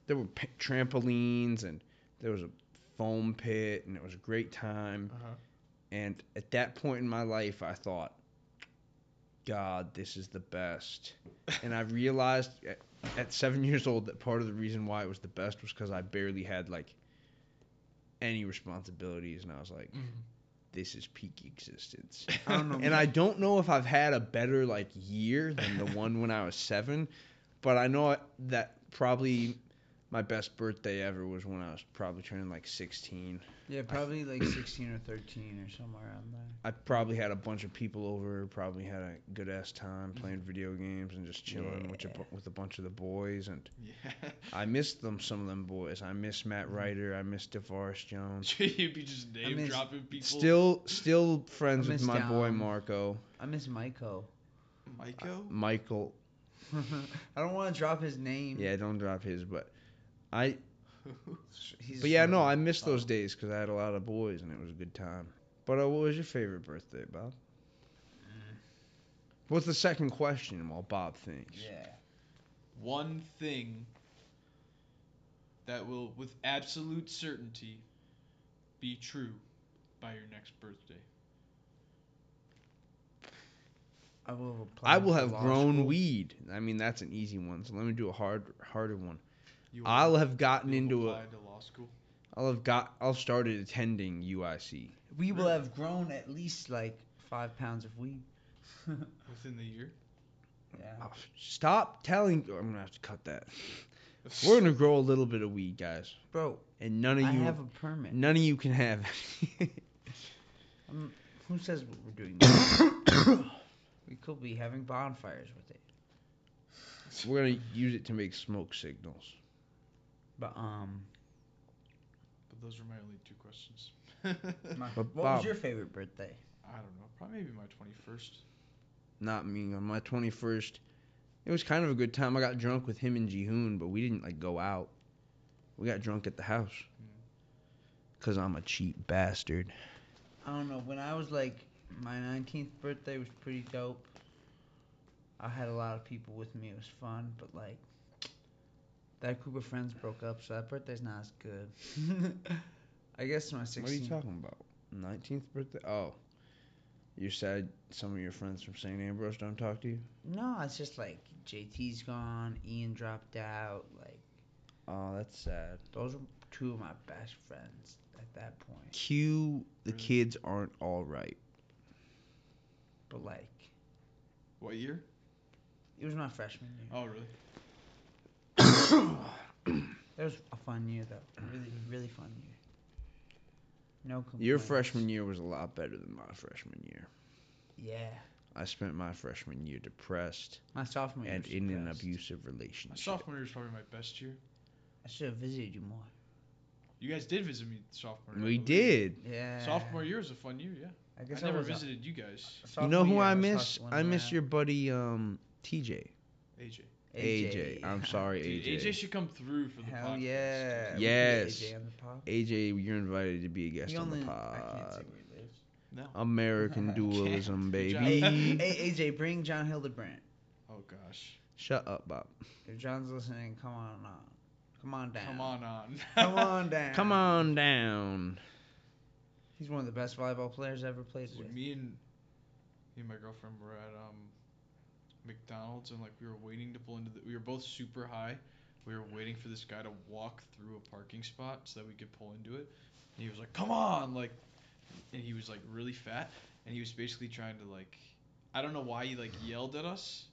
there were p- trampolines and there was a foam pit and it was a great time.
Uh-huh.
And at that point in my life, I thought, God, this is the best. And I realized at, at seven years old that part of the reason why it was the best was because I barely had like any responsibilities, and I was like,
Mhm.
this is peak existence.
I don't
Um,
know.
And I don't know if I've had a better like year than the one when I was seven, but I know that probably my best birthday ever was when I was probably turning like 16.
Yeah, probably like 16 or 13 or somewhere around there.
I probably had a bunch of people over, probably had a good ass time
Mm-hmm.
playing video games and just chilling with, a, bu- with a bunch of the boys. And
Yeah.
I missed them, some of them boys. I miss
Mm-hmm.
Matt Ryder. I miss DeVaris Jones.
You'd be just name
miss-
dropping people.
Still, still friends with
miss
my boy
Dom.
Marco,
I miss Maiko.
Maiko.
Michael.
I don't want to drop his name.
Yeah, don't drop his, but I
He's
But yeah, no,
really-
I missed
Oh.
those days because I had a lot of boys and it was a good time. But uh, what was your favorite birthday, Bob?
Mm,
What's the second question while Bob thinks?
Yeah.
One thing that will, with absolute certainty, be true by your next birthday.
I will have
I
applied
will
for
have
law
grown
school.
weed. I mean, that's an easy one. So let me do a hard, harder one.
You
I'll have gotten
you'll
into a.
apply to law school.
I'll have got. I'll have started attending UIC.
We will
Really?
have grown at least like five pounds of weed.
within the year.
yeah.
Oh, stop telling. I'm gonna have to cut that. We're gonna grow a little bit of weed, guys,
Bro,
and none
I
of you,
have a permit.
none of you can have. it.
Who says what we're doing? we could be having bonfires with it.
We're gonna use it to make smoke signals.
But um,
But those were my only two questions.
my,
But
what
Bob-
was your favorite birthday?
I don't know. Probably maybe my 21st.
Not me. On my 21st, it was kind of a good time. I got drunk with him and Jihoon, but we didn't like go out. We got drunk at the house. Cause I'm a cheap bastard.
I don't know. When I was like my 19th birthday was pretty dope. I had a lot of people with me. It was fun, but like that group of friends broke up, so that birthday's not as good. I guess my 16th.
What are you talking about? 19th birthday? Oh, you said some of your friends from St. Ambrose don't talk to you.
No, it's just like JT's gone, Ian dropped out. Like
Oh, that's sad.
those were two of my best friends at that point.
Q, the
Really?
kids aren't all right.
But like
What year?
it was my freshman year.
Oh, really?
That was a fun year though. A Really, really fun year. No complaints.
Your freshman year was a lot better than my freshman year.
Yeah.
I spent my freshman year depressed
My sophomore year.
and
was
in an
depressed.
abusive
My
relationship.
sophomore year was probably my best year.
I should have visited you more.
You guys did visit me sophomore year. I
We
believe.
did.
Yeah.
Sophomore year was a fun year, yeah.
I guess
I
I
never
was uh, a-
visited you guys.
a
You know
sophomore
who
year,
I
was
miss?
hustling
I miss
around.
your buddy um TJ.
AJ.
AJ. I'm sorry,
Dude, AJ.
AJ.
should come through for the
Hell
podcast.
yeah. We can get
dude.
Yes.
AJ on the pod.
AJ, you're invited to be a guest
We
on
only-
the
I can't say
pod.
where he lives.
No.
American
Can't.
dualism,
Good job.
baby.
Hey, AJ, bring John Hildebrandt.
Oh gosh.
Shut up, Bob.
If John's listening, come on on. Come on down.
Come on on.
Come on down.
Come on down.
He's one of the best volleyball players I ever played
When
with.
me and me and my girlfriend were at um McDonald's and like we were waiting to pull into the we were both super high. We were waiting for this guy to walk through a parking spot so that we could pull into it. And he was like, "Come on!" like and he was like really fat and he was basically trying to like I don't know why he like yelled at us,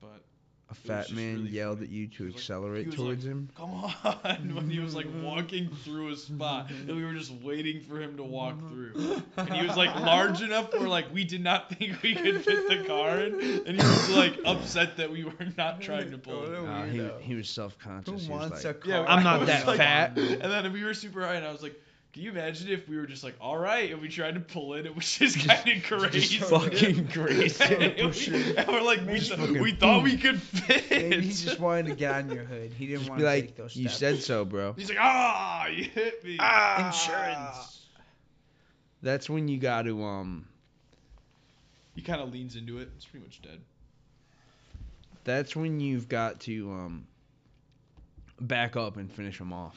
but
A
was
fat
just
man
really
yelled
funny.
at you
He
to
was like-
accelerate
he was
towards
like,
him.
"Come on!" when he was like walking through a spot and we were just waiting for him to walk
Mm-hmm.
through. And he was like large enough where like we did not think we could fit the car in, and he was like upset that we were not trying to pull it.
Oh,
Nah, he,
weirdo.
he was self
Who
conscious. He was
wants
like,
a
Yeah,
car?
I'm
I
not
was
that
like-
fat.
And then we were super high, and I was like, "Can you imagine if we were just like, all right, and we tried to pull in, it was just kind of
just
crazy,
fucking crazy.
and, we, and we're like, we,
Just
th-
fucking
we thought we
boom.
could fit.
Maybe he just wanted to get on your hood. He didn't
just
want
be
to take
like,
those steps.
you said so, bro.
He's like, ah, you hit me.
Ah.
insurance.
That's when you got to um.
He kind of leans into it. It's pretty much dead.
That's when you've got to um. Back up and finish them off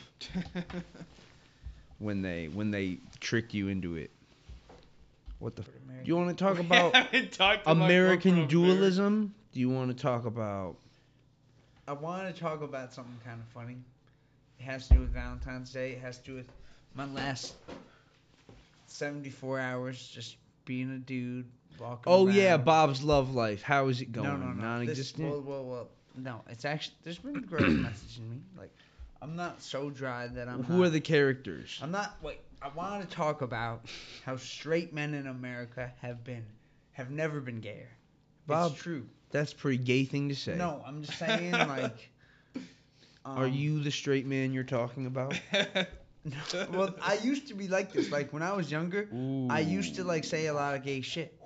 when they when they trick you into it. What the? F- you want to talk
We
about
haven't talked about
American
corporate
dualism? Do you want to talk about?
I want to talk about something kind of funny. It has to do with Valentine's Day. It has to do with my last 74 hours just being a dude walking.
Oh yeah,
around.
Bob's love life. How is it going?
No, no, no.
Non-existent.
This, well, well, well. No, it's actually there's been girls messaging me like, I'm not so dry that I'm.
Who
not-
are the characters?
I'm not. Wait, I want to talk about how straight men in America have been, have never been gayer.
Bob,
it's true.
That's a pretty gay thing to say.
No, I'm just saying like. Um,
Are you the straight man you're talking about?
bear.
well, I used to be like this. Like when I was younger, I used to like say a lot of gay shit.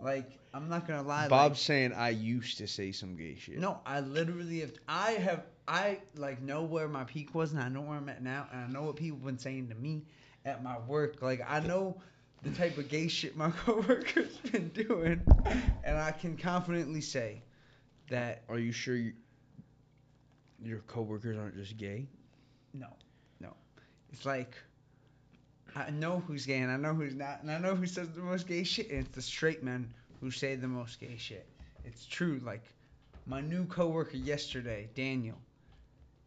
Like I'm not gonna lie.
Bob's saying I used to say some gay shit.
Like, no, I literally have. I have. I like know where my peak was, and I know where I'm at now, and I know what people been saying to me at my work. Like I know the type of gay shit my coworkers been doing, and I can confidently say that
Are you sure you, your coworkers aren't just gay?
no, no, it's like. I know who's gay and I know who's not, and I know who says the most gay shit, and it's the straight men who say the most gay shit. It's true. Like my new coworker yesterday, Daniel.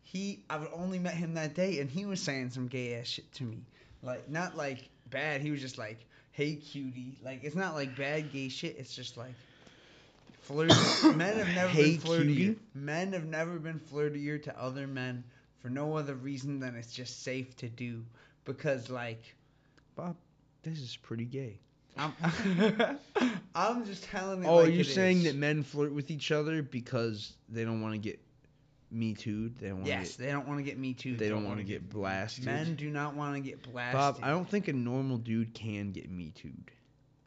He, I've only met him that day, and he was saying some gay ass shit to me. Like not like bad. He was just like, "Hey, cutie." Like it's not like bad gay shit. It's just like. Flirty. Men have never
Hey,
been flirtier.
cutie.
Men have never been flirtier to other men for no other reason than it's just safe to do. Because like
Bob, this is pretty gay.
I'm, I'm just telling it.
Oh,
like
you're
it
saying
is.
that men flirt with each other because they don't want to get me too. They don't want to
Yes, they don't want to get me too.
get, they don't want to get blasted.
Men do not want to get blasted.
Bob, I don't think a normal dude can get me too.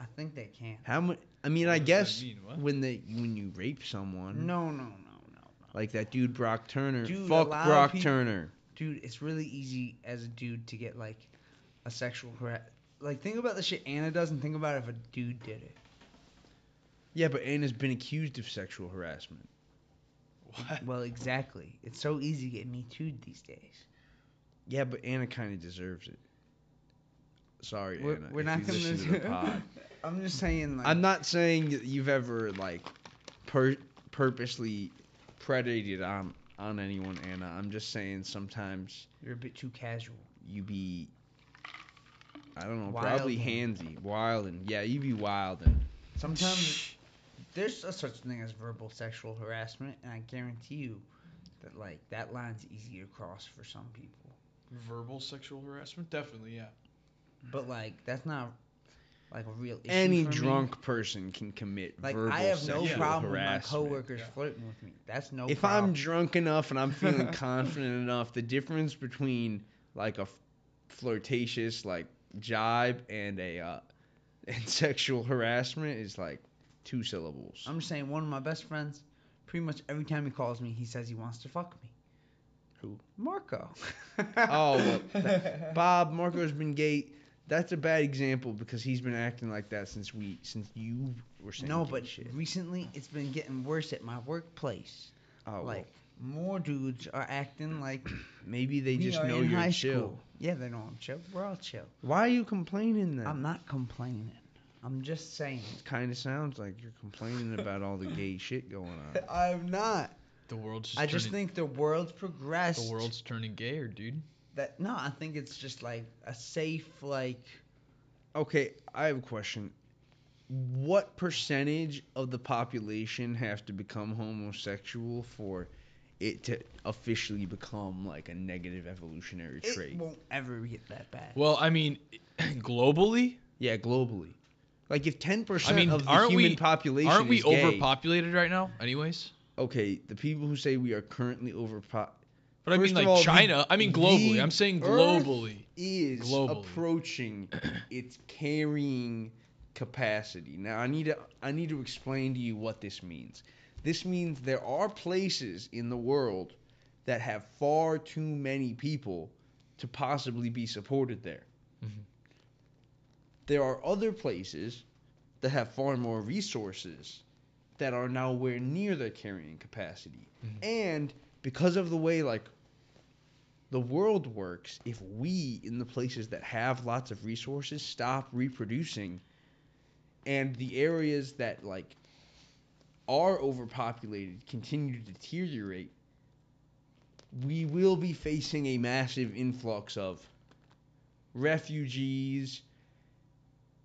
I think they can.
How much? I mean,
What
I
does that
guess
mean? What?
when they when you rape someone,
No, no, no, no, no.
like that dude Brock Turner.
Dude, a
Fuck
lot of
Brock
peop-
Turner.
Dude, it's really easy as a dude to get like a sexual harass. Like think about the shit Anna does, and think about if a dude did it.
Yeah, but Anna's been accused of sexual harassment.
What?
Well, exactly. It's so easy to get me too these days.
Yeah, but Anna kind of deserves it. Sorry,
We're,
Anna.
we're
if
not
you
gonna.
listen to the pod.
I'm just saying. Like,
I'm not saying that you've ever like per- purposely predated on on anyone, Anna. I'm just saying sometimes
You're a bit too casual.
you be I don't know, probably handsy, wildin'. Yeah, you be wildin'.
Sometimes there's a such thing as verbal sexual harassment, and I guarantee you that like that line's easy to cross for some people.
Verbal sexual harassment? Definitely, yeah.
But like that's not like a real issue.
Any
for me.
drunk person can commit
Like
verbal
I have no
sexual
problem with my
harassment.
coworkers
Yeah.
flirting with me. That's no.
if
problem.
I'm drunk enough and I'm feeling confident enough, the difference between like a f- flirtatious like jibe and a uh, and sexual harassment is like two syllables.
I'm just saying, one of my best friends, pretty much every time he calls me, he says he wants to fuck me.
Who?
Marco.
Oh, well, that- Bob Marco's been gay. That's a bad example because he's been acting like that since we since you were saying
no,
gay
but
shit.
recently it's been getting worse at my workplace.
oh, well,
like more dudes are acting like
maybe they
we
just
are
know
in
you're
high
chill.
School. Yeah, they know I'm chill. We're all chill.
Why are you complaining then?
I'm not complaining. I'm just saying.
It kind of sounds like you're complaining about all the gay shit going on.
I'm not.
The world's just
I just
turning,
think the world's progressed.
the world's turning gayer, dude.
that no, I think it's just like a safe like
Okay, I have a question. What percentage of the population have to become homosexual for it to officially become like a negative evolutionary trait?
it won't ever get that bad.
Well, I mean, globally,
Yeah, globally. Like if ten percent
I mean,
of the
aren't
human
we-
population
aren't we
is gay,
overpopulated right now? Anyways,
okay, the people who say we are currently overpop
but I
First of
mean, like
all, the-
China. I mean, globally.
the
I'm saying
Earth
globally.
is
Globally.
approaching its carrying capacity. Now I need to I need to explain to you what this means. This means there are places in the world that have far too many people to possibly be supported there.
Mhm.
There are other places that have far more resources that are nowhere near their carrying capacity.
Mhm.
And because of the way like the world works, if we in the places that have lots of resources stop reproducing and the areas that like are overpopulated continue to deteriorate, we will be facing a massive influx of refugees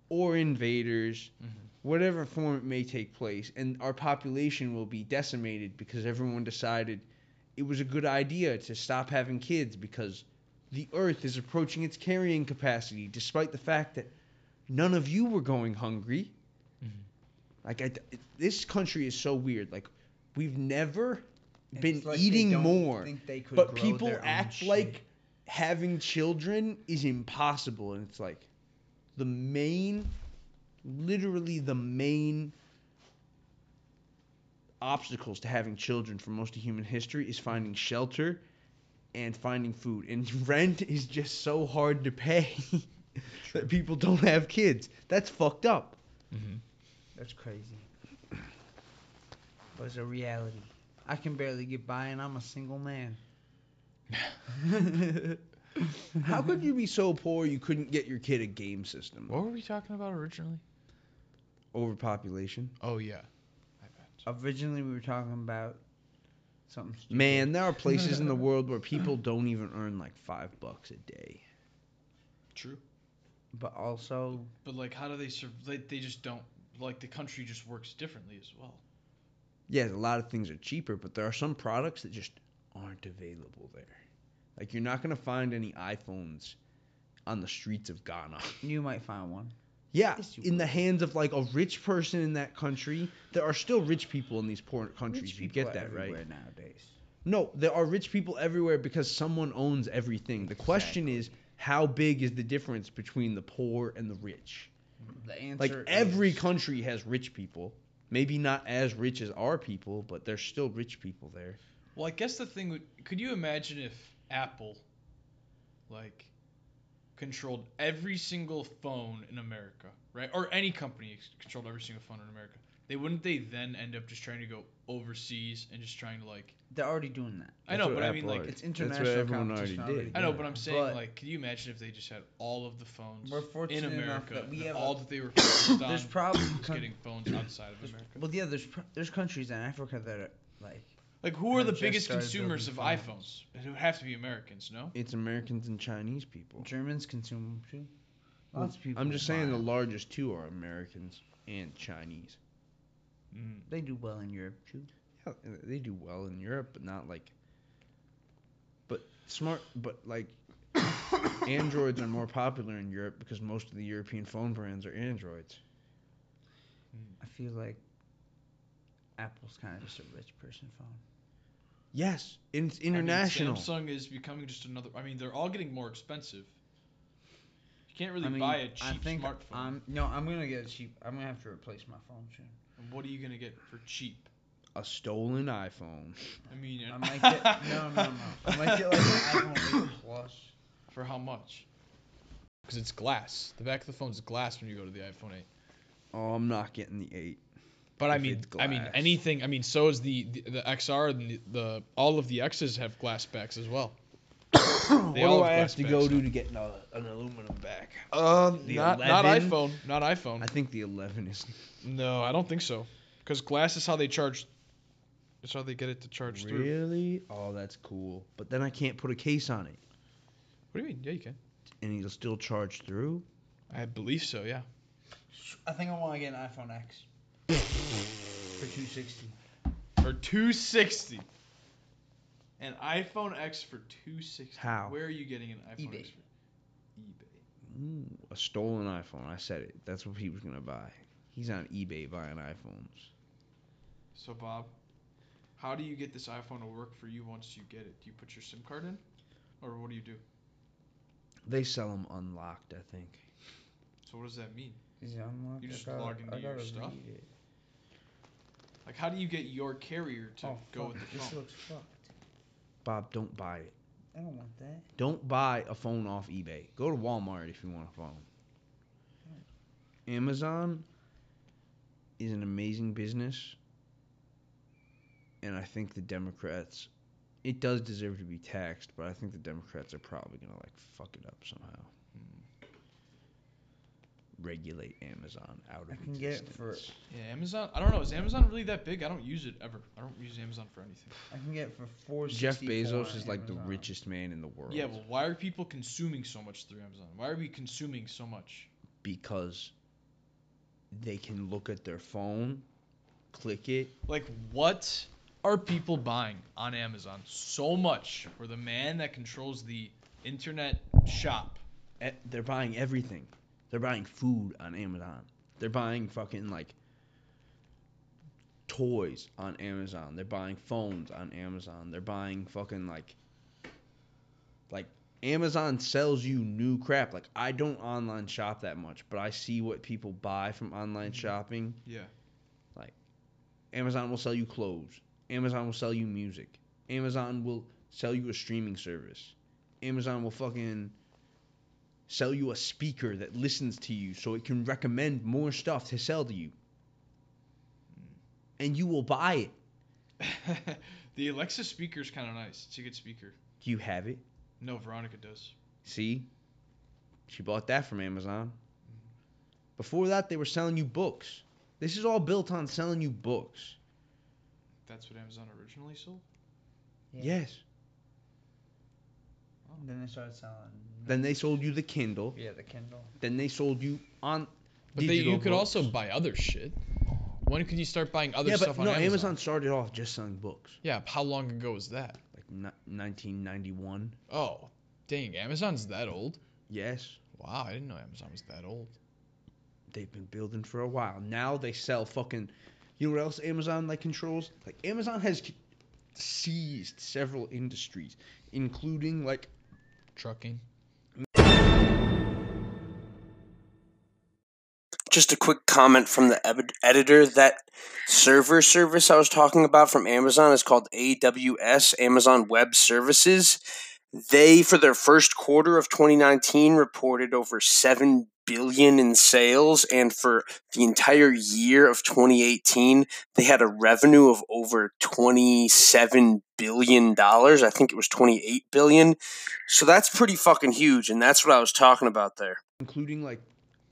or invaders,
Mhm.
whatever form it may take place, and our population will be decimated because everyone decided it was a good idea to stop having kids because the earth is approaching its carrying capacity despite the fact that none of you were going hungry.
Mhm.
Mm-hmm.
Like I, this country is so weird. Like we've never
It's
been
like they
eating
don't
more
think they could
but
grow
people
their own
act
shit.
like having children is impossible and it's like the main literally the main obstacles to having children for most of human history is finding shelter and finding food. And rent is just so hard to pay that people don't have kids. That's fucked up.
Mm-hmm.
That's crazy. But it's a reality. I can barely get by, and I'm a single man.
How could you be so poor you couldn't get your kid a game system?
What were we talking about originally?
Overpopulation.
Oh yeah.
Originally, we were talking about something. Stupid.
Man, there are places in the world where people don't even earn like five bucks a day.
True.
But also,
But like, how do they serve? Like, they just don't. Like, the country just works differently as well.
Yeah, a lot of things are cheaper, but there are some products that just aren't available there. Like you're not gonna find any iPhones on the streets of Ghana.
you might find one.
Yeah,
Yes, you
in the
will.
hands of like a rich person in that country, there are still rich people in these poor countries.
Rich
you
people
get
are
that right?
everywhere Nowadays.
No, there are rich people everywhere because someone owns everything. The question is, how big is the difference between the poor and the rich?
The answer
Like every
is-
country has rich people. Maybe not as rich as our people, but there's still rich people there.
Well, I guess the thing would. Could you imagine if Apple, like, controlled every single phone in America, right? Or any company ex- controlled every single phone in America. They wouldn't they then end up just trying to go overseas and just trying to like.
they're already doing that.
I know,
That's
but
what
I mean
Apple
like.
already-
It's
that's what
international
everyone already
competition already.
did.
I know,
Yeah.
but I'm saying
But-
like, could you imagine if they just had all of the phones
We're
in
fortunate enough
America,
that we
and
have
all
a-
that they were focused on
There's probably
was
con-
getting phones outside of
There's-
America.
Well, yeah, there's pr- there's countries in Africa that are like
Like, who are
They
the
just
biggest
started
consumers of
building
iPhones? It would have to be Americans, no?
It's Americans and Chinese people.
Germans consume them too. Lots of people.
I'm just
buy
saying the
'em.
largest two are Americans and Chinese. Mm.
they do well in Europe too.
Yeah, they do well in Europe, but not like. But smart, but like, androids are more popular in Europe because most of the European phone brands are androids.
I feel like Apple's kind of just a rich person phone.
Yes, and it's
I mean,
international.
Samsung is becoming just another. I mean, they're all getting more expensive. You can't really
I mean,
buy a
I
cheap
think
smartphone.
I'm, no, I'm gonna get a cheap. I'm gonna have to replace my phone soon.
And what are you gonna get for cheap?
a stolen iPhone.
I mean,
I might get no, no, no. I might get like an iPhone 8 Plus.
for how much? Because it's glass. The back of the phone's glass when you go to the iPhone 8.
Oh, I'm not getting the eight.
But I
If
mean,
it's
I mean
glass.
anything. I mean, so is the the, the XR and the, the all of the X's have glass backs as well.
what
all
do
have
I have
glass
to
backs
go
now.
do to get an, uh, an aluminum back?
Uh,
The
not, not
11?
iPhone, not iPhone.
I think the 11 is
no, I don't think so. Because glass is how they charge. It's how they get it to charge through.
really. Oh, that's cool. But then I can't put a case on it,
What do you mean? Yeah, you can.
and it'll still charge through.
I believe so. Yeah.
I think I want to get an iPhone X for 260.
For 260. An iPhone X for 260.
How?
Where are you getting an iPhone
eBay.
X for? eBay.
Ooh, a stolen iPhone. I said it. That's what he was gonna buy. He's on eBay buying iPhones.
So Bob, how do you get this iPhone to work for you once you get it? Do you put your SIM card in, or what do you do?
They sell them unlocked, I think.
So what does that mean?
Is it unlocked?
You
I
just
gotta-
log into
I
your
gotta
stuff?
read it.
Like how do you get your carrier to
Oh,
go
fuck,
with the
this
phone?
looks fucked.
Bob, don't buy it.
I don't want that.
Don't buy a phone off eBay. Go to Walmart if you want a phone. Amazon is an amazing business, and I think the Democrats. It does deserve to be taxed, but I think the Democrats are probably gonna like fuck it up somehow. Regulate Amazon out of
I can get it for-
existence.
Yeah, Amazon. I don't know. Is Amazon really that big? I don't use it ever. I don't use Amazon for anything.
I can get it for four.
Jeff Bezos is like the richest man in the world.
Yeah, well, why are people consuming so much through Amazon? Why are we consuming so much?
because they can look at their phone, click it.
Like, what are people buying on Amazon so much? Where the man that controls the internet shop,
e- They're buying everything. They're buying food on Amazon. They're buying fucking like toys on Amazon. They're buying phones on Amazon. They're buying fucking like like Amazon sells you new crap. Like I don't online shop that much, but I see what people buy from online shopping.
Yeah.
Like Amazon will sell you clothes. Amazon will sell you music. Amazon will sell you a streaming service. Amazon will fucking sell you a speaker that listens to you so it can recommend more stuff to sell to you. And you will buy it.
the Alexa speaker's kind of nice. It's a good speaker.
Do you have it?
No, Veronica does.
See? She bought that from Amazon. Before that, they were selling you books. This is all built on selling you books.
That's what Amazon originally sold.
Yes.
Oh. Then they started selling.
Then they sold you the Kindle.
Yeah, the Kindle.
Then they sold you on.
But they, you
digital
could
books.
also buy other shit. When could you start buying other
yeah, but
stuff on
no,
Amazon?
Amazon started off just selling books,
Yeah, but how long ago was that?
like ni- 1991.
Oh, dang, Amazon's that old?
Yes,
Wow, I didn't know Amazon was that old.
they've been building for a while. Now they sell fucking. You know what else Amazon like controls? Like Amazon has c- seized several industries, including like
Trucking.
just a quick comment from the eb- editor that server service I was talking about from Amazon is called AWS, Amazon Web Services. They, for their first quarter of 2019, reported over 7 billion in sales and for the entire year of 2018 they had a revenue of over 27 billion dollars i think it was 28 billion so that's pretty fucking huge and that's what i was talking about there
including like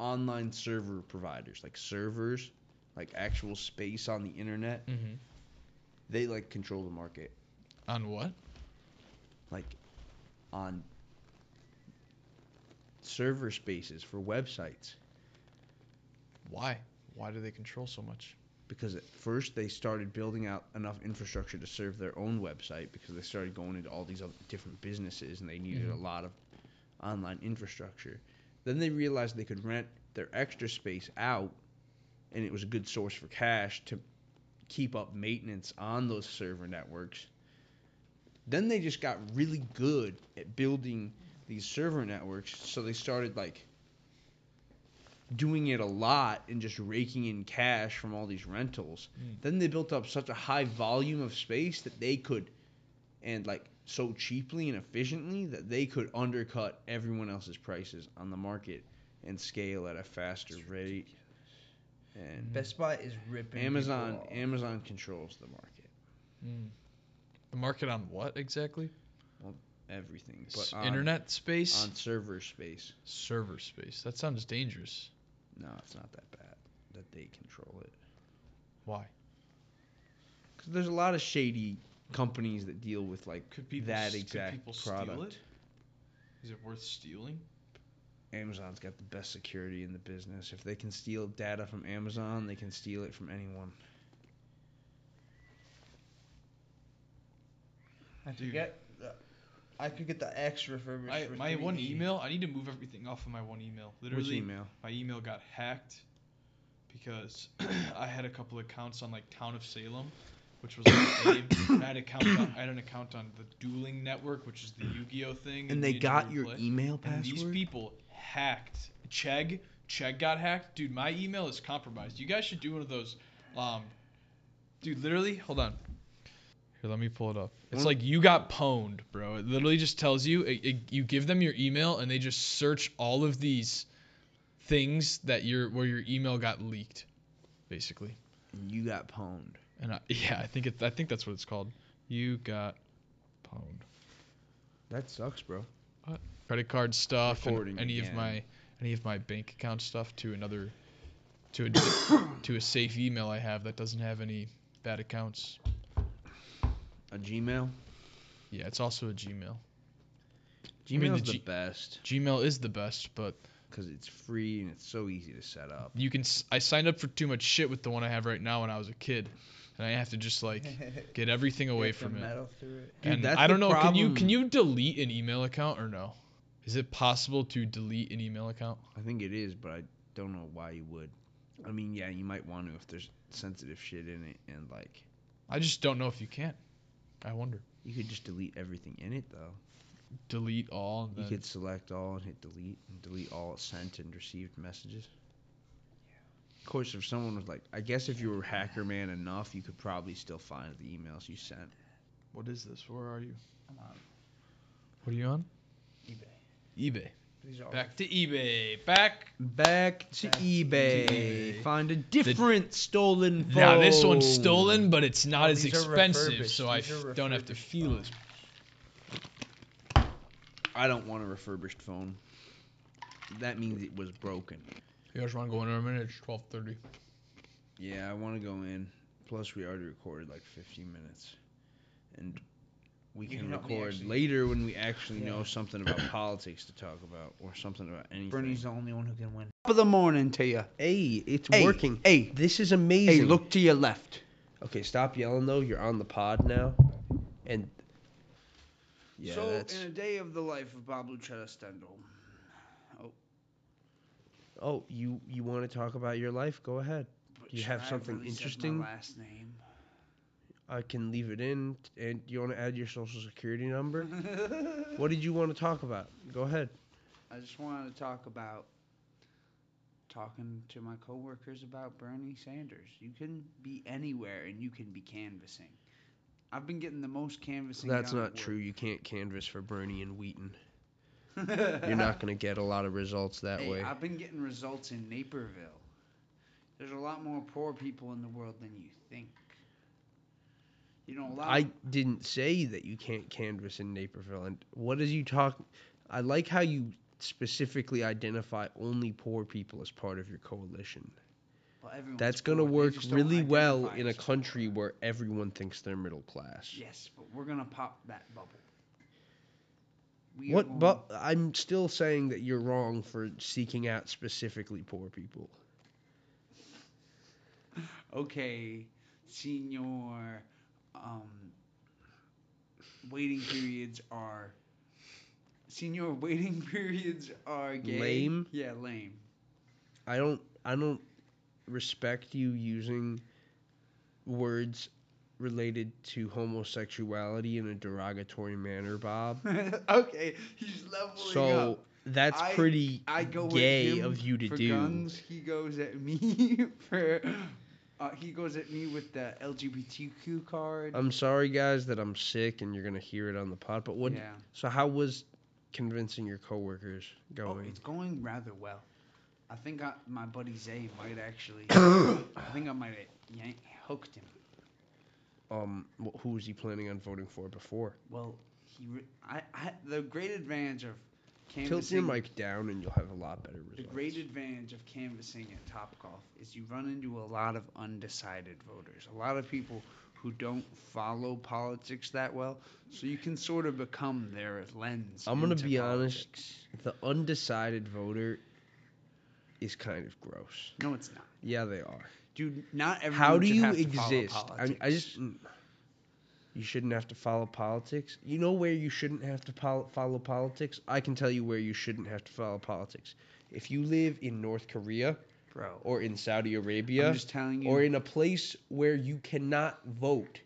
online server providers, like servers, like actual space on the internet.
Mm-hmm.
They like control the market,
On what?
like on server spaces for websites.
Why? Why do they control so much?
because at first they started building out enough infrastructure to serve their own website because they started going into all these other different businesses and they needed
Mhm.
a lot of online infrastructure. Then they realized they could rent their extra space out and it was a good source for cash to keep up maintenance on those server networks. Then they just got really good at building these server networks, so they started like doing it a lot and just raking in cash from all these rentals.
Mm.
Then they built up such a high volume of space that they could and like so cheaply and efficiently that they could undercut everyone else's prices on the market and scale at a faster rate. And
Best Buy is ripping.
Amazon
people off.
Amazon controls the market,
Hmm. The market on what exactly?
everything.
S-
But on,
Internet space?
on server space,
Server space. That sounds dangerous.
no, it's not that bad that they control it.
Why?
Because there's a lot of shady companies that deal with like that exact product.
it? Is it worth stealing?
Amazon's got the best security in the business. If they can steal data from Amazon, they can steal it from anyone.
I
Dude.
could get. The, I could get the X refurbished.
I,
for
my one
3D.
email. I need to move everything off of my one email. Literally,
Which email?
my email got hacked because I had a couple accounts on like Town of Salem, which was like Abe. and I had account on, I had an account on the Dueling Network, which is the Yu-Gi-Oh thing.
And they
Ninja
got your
Replay.
email
And these
password.
people hacked Chegg. Chegg got hacked. Dude, my email is compromised. You guys should do one of those. Um, dude, literally, hold on. Here, let me pull it up. It's
Mm.
like you got pwned, bro. It literally just tells you. It, it, you give them your email, and they just search all of these things that your where your email got leaked, basically.
and you got pwned.
And I, yeah, I think it. I think that's what it's called. You got pwned.
That sucks, bro.
credit card stuff
Recording
and any of
again.
my any of my bank account stuff to another to a to a safe email I have that doesn't have any bad accounts.
A Gmail.
Yeah, it's also a Gmail.
Gmail's
I mean, the
the,
G-
best
Gmail is the best, but
because it's free and it's so easy to set up.
you can s- I signed up for too much shit with the one I have right now when I was a kid, and I have to just like get everything away
Get the
from it.
metal through it.
Dude,
and
that's
I
the
don't know, can you
problem.
can you delete an email account or no? Is it possible to delete an email account?
I think it is, but I don't know why you would. I mean, yeah, you might want to if there's sensitive shit in it, and like
I just don't know if you can. I wonder.
you could just delete everything in it though.
Delete all. And
You
then
could select all and hit delete and delete all sent and received messages. course, if someone was like, I guess if you were hacker man enough, you could probably still find the emails you sent.
What is this? Where are you?
I'm on
What are you on?
eBay.
eBay. Oh.
These are
Back to eBay. Back.
Back to
Back to
eBay.
eBay.
Find a different stolen phone.
Now this one's stolen, but it's not
Oh,
as
these are
expensive,
refurbished.
so I
These are
f- don't have to
refurbished
feel as.
phones.
I don't want a refurbished phone. That means it was broken.
You guys want to go in a minute? It's twelve thirty.
Yeah, I want to go in. Plus, we already recorded like 15 minutes, and we
You
can
can help me
record
actually-
later when we actually
Yeah.
know something about politics to talk about or something about anything.
Bernie's the only one who can win. Top of the morning to you.
hey, it's
Hey,
working.
Hey,
This is amazing.
hey, look to your left.
Okay, stop yelling though. You're on the pod now, and yeah,
so,
that's.
in a day of the life of Bob Lucetta Stendhal,
Oh, you you want to talk about your life? Go ahead.
but
Do you have
should I
something
really said my
interesting?
last name.
I can leave it in. And you want to add your social security number? What did you want to talk about? Go ahead.
I just wanted to talk about talking to my coworkers about Bernie Sanders. You can be anywhere and you can be canvassing. I've been getting the most canvassing.
That's
done at
not true. You can't canvas for Bernie and Wheaton.
work.
You're not going to get a lot of results that
Hey,
way.
I've been getting results in Naperville. There's a lot more poor people in the world than you think. You know, a lot.
I
of,
didn't say that you can't canvas in Naperville. And what is you talk? I like how you specifically identify only poor people as part of your coalition.
well, everyone's
That's going to
poor. They
work
just don't
really well
identify
in a
as poor.
country where everyone thinks they're middle class.
Yes, but we're gonna pop that bubble. We are
What?
going-
But I'm still saying that you're wrong for seeking out specifically poor people.
okay, senior um, waiting periods are senior waiting periods are gay.
Lame?
Yeah, lame.
I don't I don't respect you using words related to homosexuality in a derogatory manner, Bob.
okay, he's leveling
So
up.
that's
I-
pretty
I go with
gay
him
of you to
for
do.
guns. He goes at me for. Uh, he goes at me with the LGBTQ card.
I'm sorry guys that I'm sick and you're gonna hear it on the pod, but what
yeah.
so how was convincing your coworkers
Oh,
going?
it's going rather well. I think I, my buddy Zay might actually. I think I might have yank, hooked him. Oh,
um wh- who was he planning on voting for before?
Well, he. Re- I, I. The great advantage of
Tilt your
canvassing.
mic down and you'll have a lot better
the
results.
great advantage of canvassing at Topgolf is you run into a lot of undecided voters, a lot of people who don't follow politics that well, so you can sort of become their lens.
I'm gonna
into
be honest.
politics.
The undecided voter is kind of gross.
No, it's not,
Yeah, they are.
dude. Not everyone.
How do
should
you
have to follow
exist? I, mean, I
politics.
just. mm. You shouldn't have to follow politics. You know where you shouldn't have to pol- follow politics? I can tell you where you shouldn't have to follow politics. If you live in North Korea
bro.
or in Saudi Arabia
I'm just telling you.
or in a place where you cannot vote,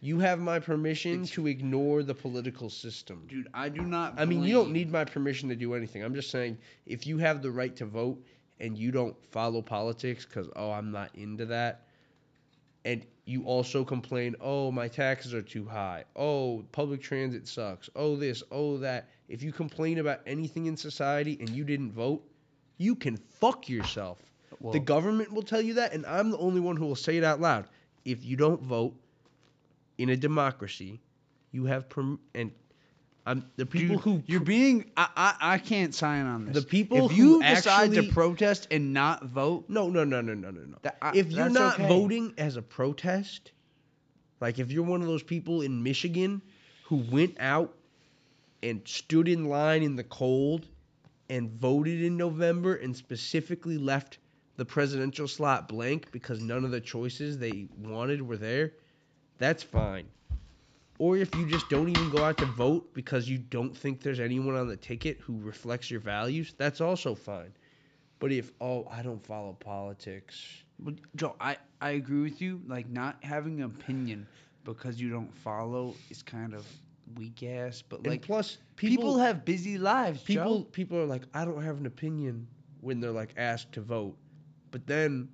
you have my permission
It's-
to ignore the political system.
Dude, I do not.
I mean, you don't
blame-
need my permission to do anything. I'm just saying, if you have the right to vote and you don't follow politics because, oh, I'm not into that, and you also complain, oh, my taxes are too high, oh, public transit sucks, oh, this, oh, that. If you complain about anything in society and you didn't vote, you can fuck yourself. the government will tell you that, and I'm the only one who will say it out loud. If you don't vote in a democracy, you have perm- and I'm the people
Dude,
who
you're being. I, I I can't sign on this.
The people
if
who
you decide
actually-
to protest and not vote,
No, no, no, no, no, no, no.
that, I,
if you're
that's
not
okay.
voting as a protest, like if you're one of those people in Michigan who went out and stood in line in the cold and voted in November and specifically left the presidential slot blank because none of the choices they wanted were there, that's fine. Or if you just don't even go out to vote because you don't think there's anyone on the ticket who reflects your values, that's also fine. But if, oh, I don't follow politics.
But, Joe, I I agree with you. Like not having an opinion because you don't follow is kind of weak ass. But
And
like
plus, people
people,
people,
have busy lives.
people,
Joe.
are like, I don't have an opinion when they're like asked to vote, But then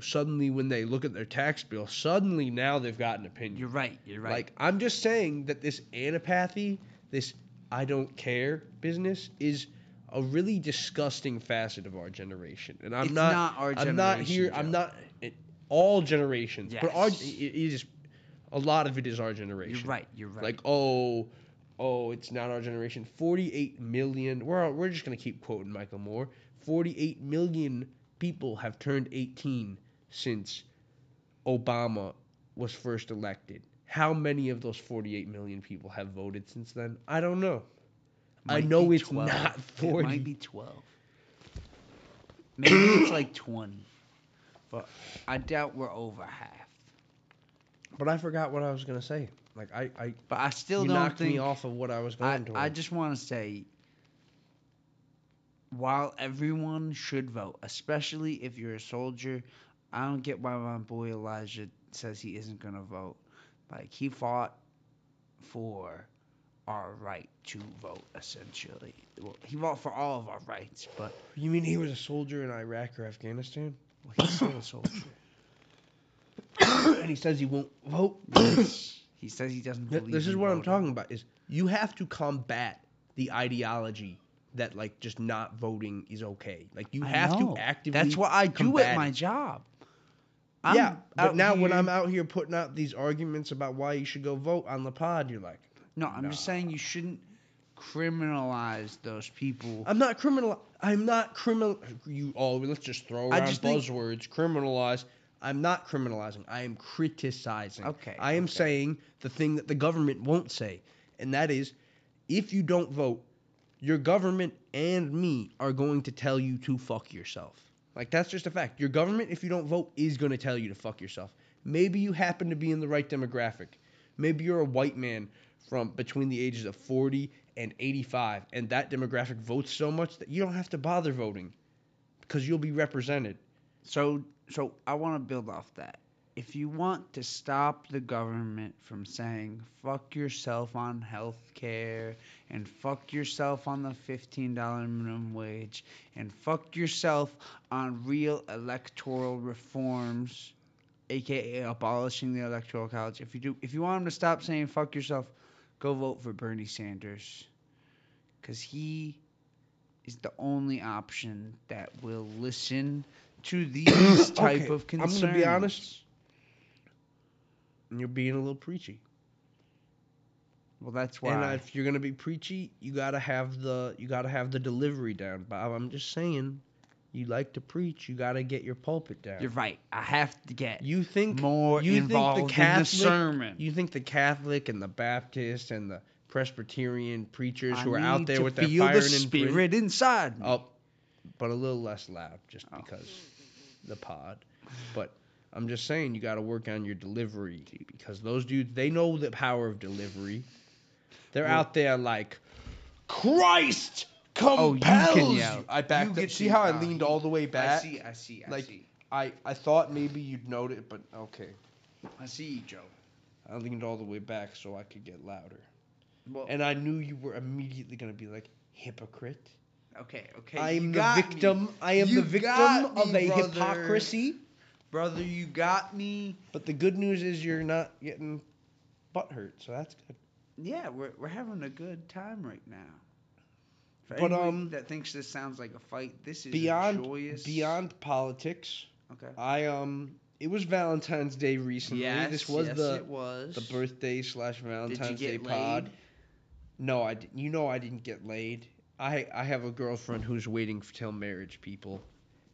suddenly when they look at their tax bill, suddenly now they've got an opinion.
You're right. You're right.
Like I'm just saying that this anapathy, this I don't care business is a really disgusting facet of our generation. And I'm
It's
not,
not our
I'm not
generation,
here
Joe.
I'm not it, all generations, but our
Yes.
it, it is a lot of it is our generation.
you're right. You're right.
Like, oh, oh, it's not our generation. 48 million. We're we're just gonna keep quoting Michael Moore. 48 million people have turned 18 since Obama was first elected. How many of those 48 million people have voted since then? I don't know. I
Might
know
be
it's not 40.
It might be 12. Maybe it's like 20. But I doubt we're over half.
But I forgot what I was gonna say. Like I, I
But I still
you
don't
knocked
think.
me off of what I was
I,
going to.
I just want to say while everyone should vote, especially if you're a soldier, I don't get why my boy Elijah says he isn't going to vote. Like, he fought for our right to vote, essentially. Well, he fought for all of our rights, but
you mean he was a soldier in Iraq or Afghanistan?
well, he's still a soldier.
and he says he won't vote.
he says he doesn't
Th-
believe
this is
in
what I'm
voting.
talking about is you have to combat the ideology that like just not voting is okay. Like you
I
have
know.
to actively
That's what I do
combat
at my
it.
job.
yeah, but
out
now when
here-
I'm out here putting out these arguments about why you should go vote on the pod, you're like,
No, I'm just saying you shouldn't criminalize those people.
I'm not criminal. I'm not criminal. You all let's just throw
I
around
just think-
buzzwords. criminalize. I'm not criminalizing. I am criticizing.
Okay,
I am
okay.
saying the thing that the government won't say, and that is, if you don't vote, your government and me are going to tell you to fuck yourself. Like that's just a fact. Your government, if you don't vote, is going to tell you to fuck yourself. Maybe you happen to be in the right demographic. Maybe you're a white man from between the ages of 40 and 85, and that demographic votes so much that you don't have to bother voting because you'll be represented.
So, so I want to build off that. If you want to stop the government from saying "fuck yourself" on health care, and "fuck yourself" on the fifteen dollar minimum wage, and "fuck yourself" on real electoral reforms, aka abolishing the electoral college, if you do, if you want them to stop saying "fuck yourself," go vote for Bernie Sanders, because he is the only option that will listen to these type
Okay,
of
I'm
concerns.
gonna be honest. And you're being a little preachy.
Well, that's why.
And if you're gonna be preachy, you gotta have the you gotta have the delivery down, Bob. I'm just saying, you like to preach, you gotta get your pulpit down.
You're right. I have to get
you think
more
you
involved
think the
in the
Catholic,
sermon.
You think the Catholic and the Baptist and the Presbyterian preachers
I
who are
need
out there
to
with their
feel
fire
the
and
spirit
bri-
inside. me.
Oh, but a little less loud, just
Oh.
because the pod. But I'm just saying, you got to work on your delivery because those dudes, they know the power of delivery. They're
Well-
out there like, Christ
Oh, you
compels.
can
you."
yell.
I
You
backed
get
up. See
to-
how I
uh,
leaned all the way
I
back?
see. I see. I
like-
see.
I, I thought maybe you'd note it, but okay.
I see, Joe.
I leaned all the way back so I could get louder.
Well,
And I knew you were immediately going to be like, hypocrite.
okay, okay.
I
you
am the
got me.
victim. I am
You
the victim
got
of
me,
a
brother.
hypocrisy.
brother. You got me.
But the good news is you're not getting butt hurt, so that's good.
Yeah, we're we're having a good time right now. For
But,
anyone
um,
that thinks this sounds like a fight, this is a
Beyond
joyous.
beyond politics,
Okay.
I um it was Valentine's Day recently.
Yes,
this was
yes,
the
it was.
the birthday slash
Did you
Valentine's Day
get
pod.
laid?
No, I didn't. You know I didn't get laid. I I have a girlfriend who's waiting f- till marriage, people,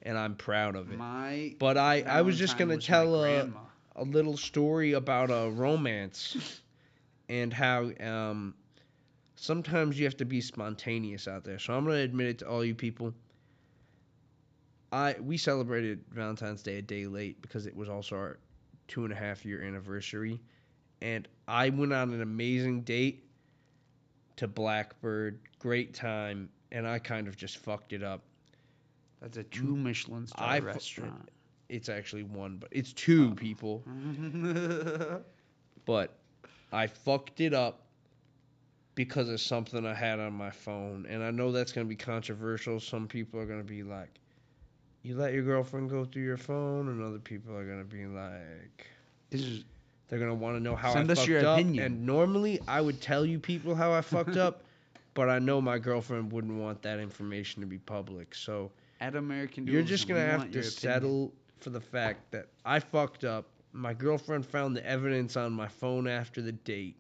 and I'm proud of it.
My.
But I I was just
Valentine
gonna
was my
tell uh,
grandma.
a little story about a romance and how um, sometimes you have to be spontaneous out there. So I'm gonna admit it to all you people. I we celebrated Valentine's Day a day late because it was also our two and a half year anniversary, and I went on an amazing date to Blackbird, great time, and I kind of just fucked it up.
That's a two Michelin star
I fu-
restaurant.
It's actually one, but it's two
Oh.
people.
That's
but I fucked it up because of something I had on my phone. And I know that's going to be controversial. Some people are going to be like, you let your girlfriend go through your phone, and other people are gonna be like,
This is
they're gonna want to know how
Send
I
us
fucked
your
up.
opinion.
And normally, I would tell you people how I fucked up, but I know my girlfriend wouldn't want that information to be public. So
at American.
you're
Dualism.
just gonna
We
have
want
to
your opinion.
settle for the fact that I fucked up. My girlfriend found the evidence on my phone after the date,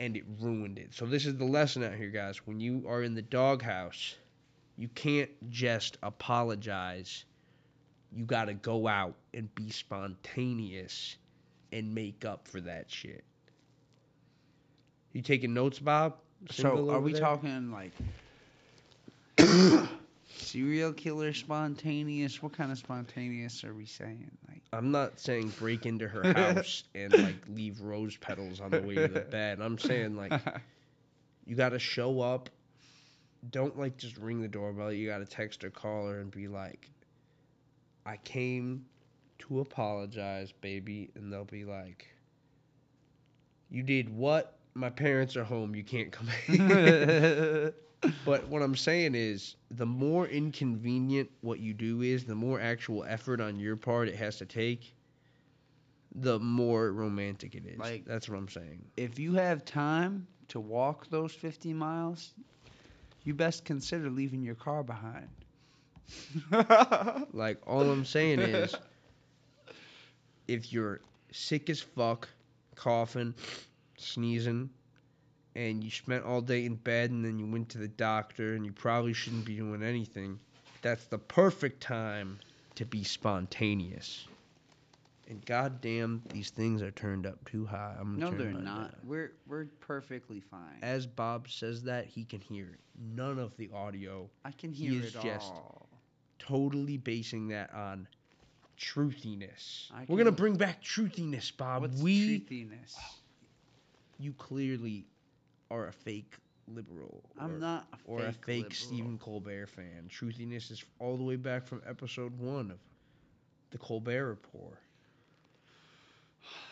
and it ruined it. So this is the lesson out here, guys. When you are in the doghouse, you can't just apologize. You gotta go out and be spontaneous and make up for that shit. You taking notes, Bob?
So
Single
are
over
we
there?
talking like serial killer spontaneous? What kind of spontaneous are we saying? Like
I'm not saying break into her house and like leave rose petals on the way to the bed. I'm saying like you got to show up. Don't like just ring the doorbell. You got to text or call her and be like, I came to apologize, baby. And they'll be like, You did what? My parents are home. You can't come in. but what I'm saying is, the more inconvenient what you do is, the more actual effort on your part it has to take, the more romantic it is.
Like-
That's what I'm saying.
if you have time to walk those 50 miles, you best consider leaving your car behind.
Like all I'm saying is, if you're sick as fuck, coughing, sneezing, and you spent all day in bed and then you went to the doctor and you probably shouldn't be doing anything, that's the perfect time to be spontaneous. And goddamn, these things are turned up too high. I'm
no,
gonna
they're
turn mine
not.
down.
We're we're perfectly fine.
As Bob says that, he can hear it. None of the audio
I can
he
hear
is
it
just-
all.
totally basing that on truthiness.
I
We're gonna
can-
bring back truthiness, Bob.
What's
we
truthiness?
you clearly are a fake liberal. or-
I'm not a
or
fake
a fake
liberal.
Stephen Colbert fan. Truthiness is all the way back from episode one of the Colbert Report.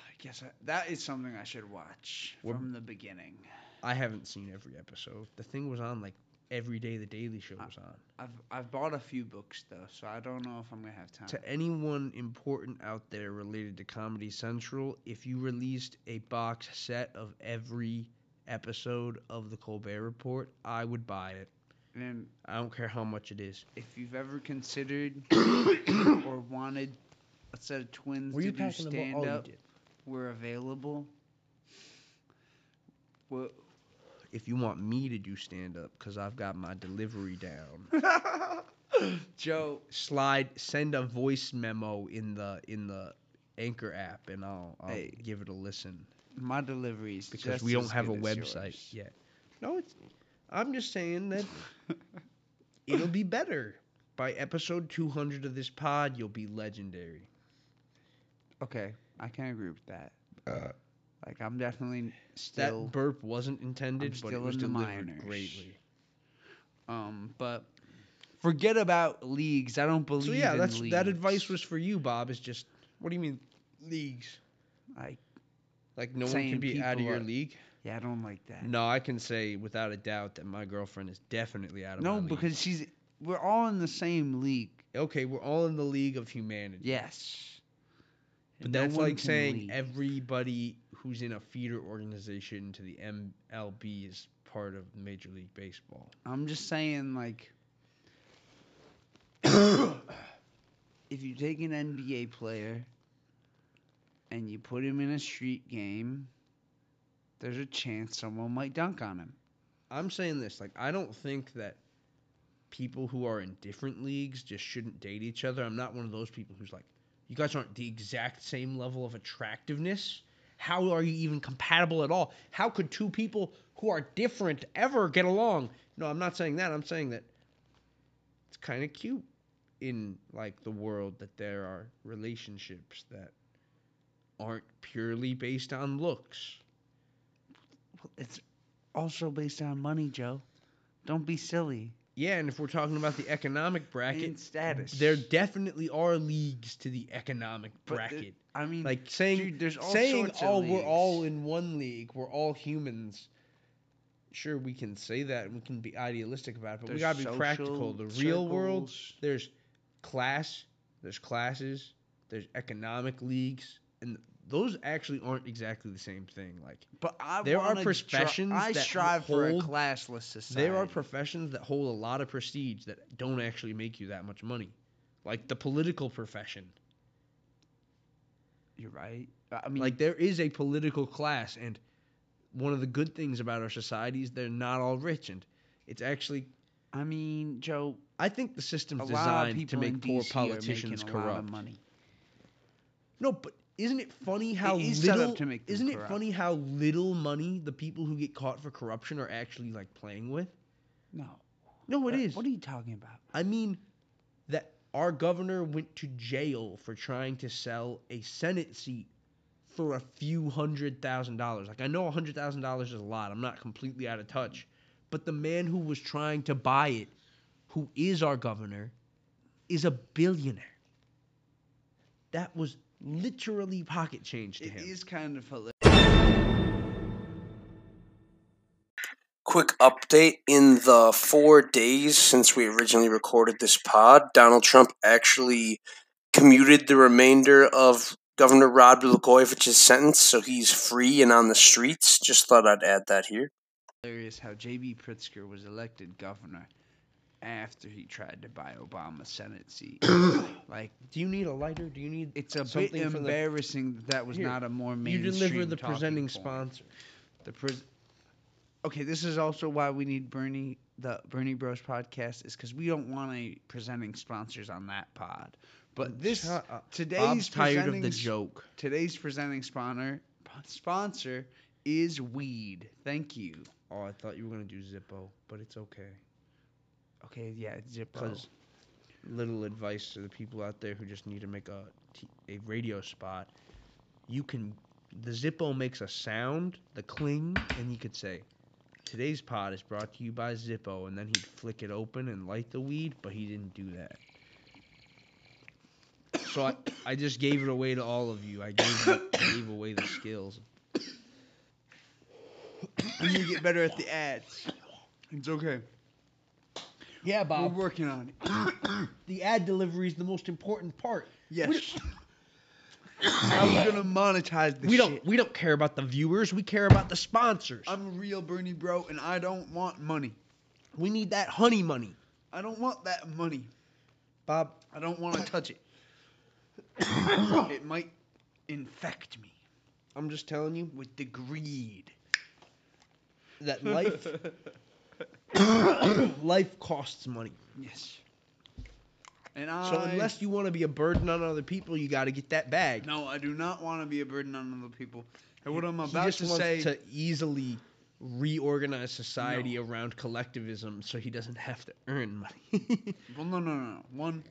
I guess I, that is something I should watch
We're-
from the beginning.
I haven't seen every episode. The thing was on like every day. The Daily Show
I-
was on.
I've I've bought a few books though, so I don't know if I'm gonna have time.
to anyone important out there related to Comedy Central, if you released a box set of every episode of The Colbert Report, I would buy it.
and
I don't care how much it is.
if you've ever considered or wanted a set of twins to do
packing
stand up,
oh, you did.
we're available. Well,
If you want me to do stand up, because I've got my delivery down,
Joe,
slide send a voice memo in the in the Anchor app, and I'll, I'll
Hey.
give it a listen
my deliveries
because we don't have a website yet. No, it's. I'm just saying that it'll be better. By episode 200 of this pod, you'll be legendary.
Okay, I can agree with that.
Uh,
Like I'm definitely still
that burp wasn't intended, but it
still
was
in the
delivered
minors.
greatly.
um, but forget about leagues. I don't believe.
So yeah,
in
that's that
leagues.
advice was for you, Bob. Is just what do you mean leagues?
Like-
like no one
Saying
can be out of
people
your
are-
league.
Yeah, I don't like that.
No, I can say without a doubt that my girlfriend is definitely out of my
No,
league.
because she's. We're all in the same league.
okay, we're all in the league of humanity.
Yes.
But
And no
that's
one
like
can
saying
lead.
everybody who's in a feeder organization to the MLB is part of Major League Baseball.
I'm just saying, like, if you take an NBA player and you put him in a street game, there's a chance someone might dunk on him.
I'm saying this like I don't think that people who are in different leagues just shouldn't date each other. I'm not one of those people who's like, you guys aren't the exact same level of attractiveness. How are you even compatible at all? How could two people who are different ever get along? No, I'm not saying that. I'm saying that it's kind of cute in like the world that there are relationships that aren't purely based on looks.
It's also based on money, Joe. Don't be silly.
Yeah, and if we're talking about the economic bracket,
And status.
There definitely are leagues to the economic
But there-
bracket.
I mean,
like saying
dude, there's all
saying
sorts of
all we're
leagues."
all in one league, we're all humans. Sure, we can say that and we can be idealistic about it, but we
There's
gotta be practical. The
social
real world,
circles.
there's class, there's classes, there's economic leagues, and those actually aren't exactly the same thing. Like
But I
There are
wanna dri-
professions
I
that
strive for a
hold-
classless society.
there are professions that hold a lot of prestige that don't actually make you that much money. Like the political profession.
You're right. I I mean,
like there is a political class and one of the good things about our society is they're not all rich and it's actually
I mean, Joe,
I think the system's
a lot of
designed to
people in
make poor
DC are
politicians
making a lot of
corrupt.
money.
No, but isn't it funny how
is set up
little
to make them
isn't it
corrupt.
funny how little money the people who get caught for corruption are actually like playing with?
No,
No, it
Uh,
is.
What are you talking about?
I mean that our governor went to jail for trying to sell a Senate seat for a few hundred thousand dollars. Like I know a hundred thousand dollars is a lot. I'm not completely out of touch. But the man who was trying to buy it, who is our governor, is a billionaire. That was literally pocket change to
It
him.
is kind of hilarious.
Quick update in the four days since we originally recorded this pod, Donald Trump actually commuted the remainder of Governor Rod Blagojevich's sentence, so he's free and on the streets. Just thought I'd add that here.
hilarious how J.B. Pritzker was elected governor after he tried to buy Obama's Senate seat. like,
Do you need a lighter? Do you need
it's a
Something
bit
for the-
embarrassing that that was
Here,
not a more
you
mainstream.
deliver the
talking
presenting
point.
sponsor.
The pres- okay, this is also why we need Bernie, the Bernie Bros podcast, is because we don't want any presenting sponsors on that pod. But this
Shut up.
today's
Bob's tired of
presenting
the
s-
joke.
Today's presenting sponsor sponsor is weed. Thank you.
Oh, I thought you were gonna do Zippo, but it's okay.
Okay, yeah, it's Zippo.
Because little advice to the people out there who just need to make a t- a radio spot. You can the Zippo makes a sound, the cling, and you could say, "Today's pod is brought to you by Zippo," and then he'd flick it open and light the weed, but he didn't do that. So I, I just gave it away to all of you. I gave you- I gave away the skills.
We need to get better at the ads. It's okay.
Yeah,
We're working on it.
The ad delivery is the most important part.
Yes. I'm gonna monetize this
we don't
shit.
we don't care about the viewers. We care about the sponsors.
I'm a real Bernie bro, and I don't want money.
we need that honey money,
I don't want that money.
Bob.
I don't want to touch it. it might infect me
I'm just telling you
with the greed.
that life life costs money.
Yes. And I.
So unless you want to be a burden on other people, you got to get that bag.
No, I do not want to be a burden on other people. And what I'm
He
about
just
to
wants
say.
to easily reorganize society around collectivism, so he doesn't have to earn money.
Well, no, no, no. no. One.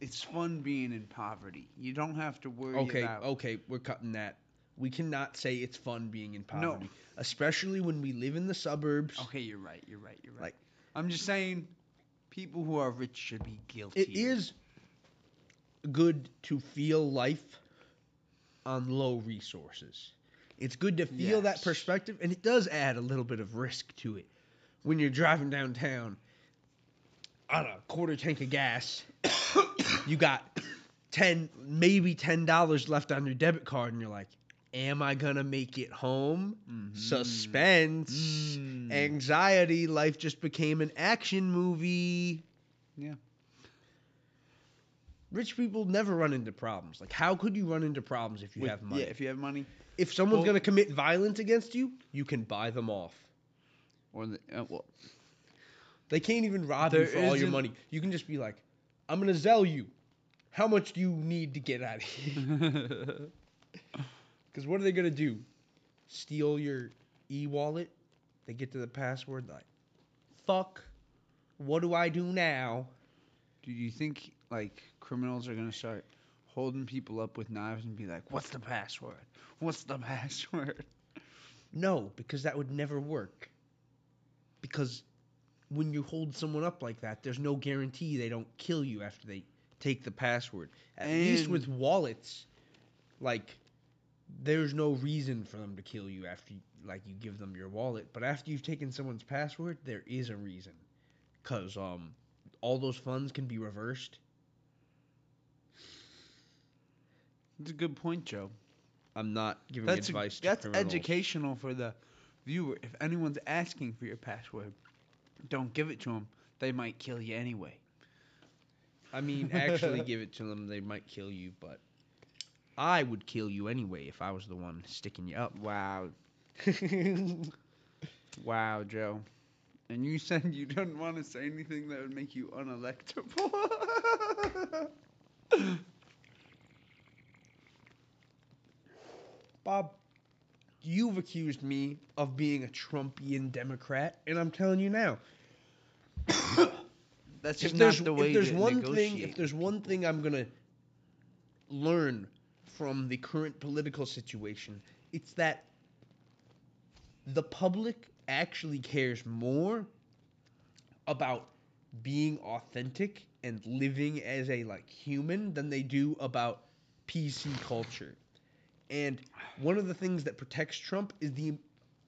It's fun being in poverty. You don't have to worry
okay,
about.
okay, we're cutting that. We cannot say it's fun being in
No.
poverty, especially when we live in the suburbs.
Okay, you're right. You're right. You're right.
Like-
I'm just saying, people who are rich should be guilty.
It is good to feel life on low resources. It's good to feel that
Yes.
perspective, and it does add a little bit of risk to it when you're driving downtown on a quarter tank of gas. you got ten, maybe ten dollars left on your debit card, and you're like, "Am I gonna make it home?"
Mhm.
Suspense,
Mm.
anxiety. Life just became an action movie.
Yeah.
Rich people never run into problems. Like, how could you run into problems if you
With-
have money?
Yeah,
if,
if you have money.
someone's
Well-
going to commit violence against you, you can buy them off.
Or the, uh, well,
They can't even rob you
There
for all your
isn't-
money. You can just be like, I'm going to sell you. How much do you need to get out of here? Because what are they going to do? Steal your e wallet? They get to the password, like, fuck, what do I do now?
do you think like criminals are gonna start holding people up with knives and be like, "What's the password? What's the password?"
No, because that would never work. Because when you hold someone up like that, there's no guarantee they don't kill you after they take the password. At least with wallets, like there's no reason for them to kill you after you, like you give them your wallet, but after you've taken someone's password, there is a reason. Cuz um all those funds can be reversed?
It's a good point, Joe.
I'm not giving
That's e-,
advice to
that's
criminals.
educational for the viewer. If anyone's asking for your password, don't give it to them. They might kill you anyway.
I mean, actually give it to them. They might kill you, but I would kill you anyway if I was the one sticking you up.
Wow, wow, Joe. And you said you didn't want to say anything that would make you unelectable.
Bob, you've accused me of being a Trumpian Democrat, and I'm telling you now,
that's
if
just
there's,
not the
if
way
there's
to
one
negotiate.
thing, if there's one thing I'm gonna learn from the current political situation, it's that the public actually cares more about being authentic and living as a like human than they do about PC culture. And one of the things that protects Trump is the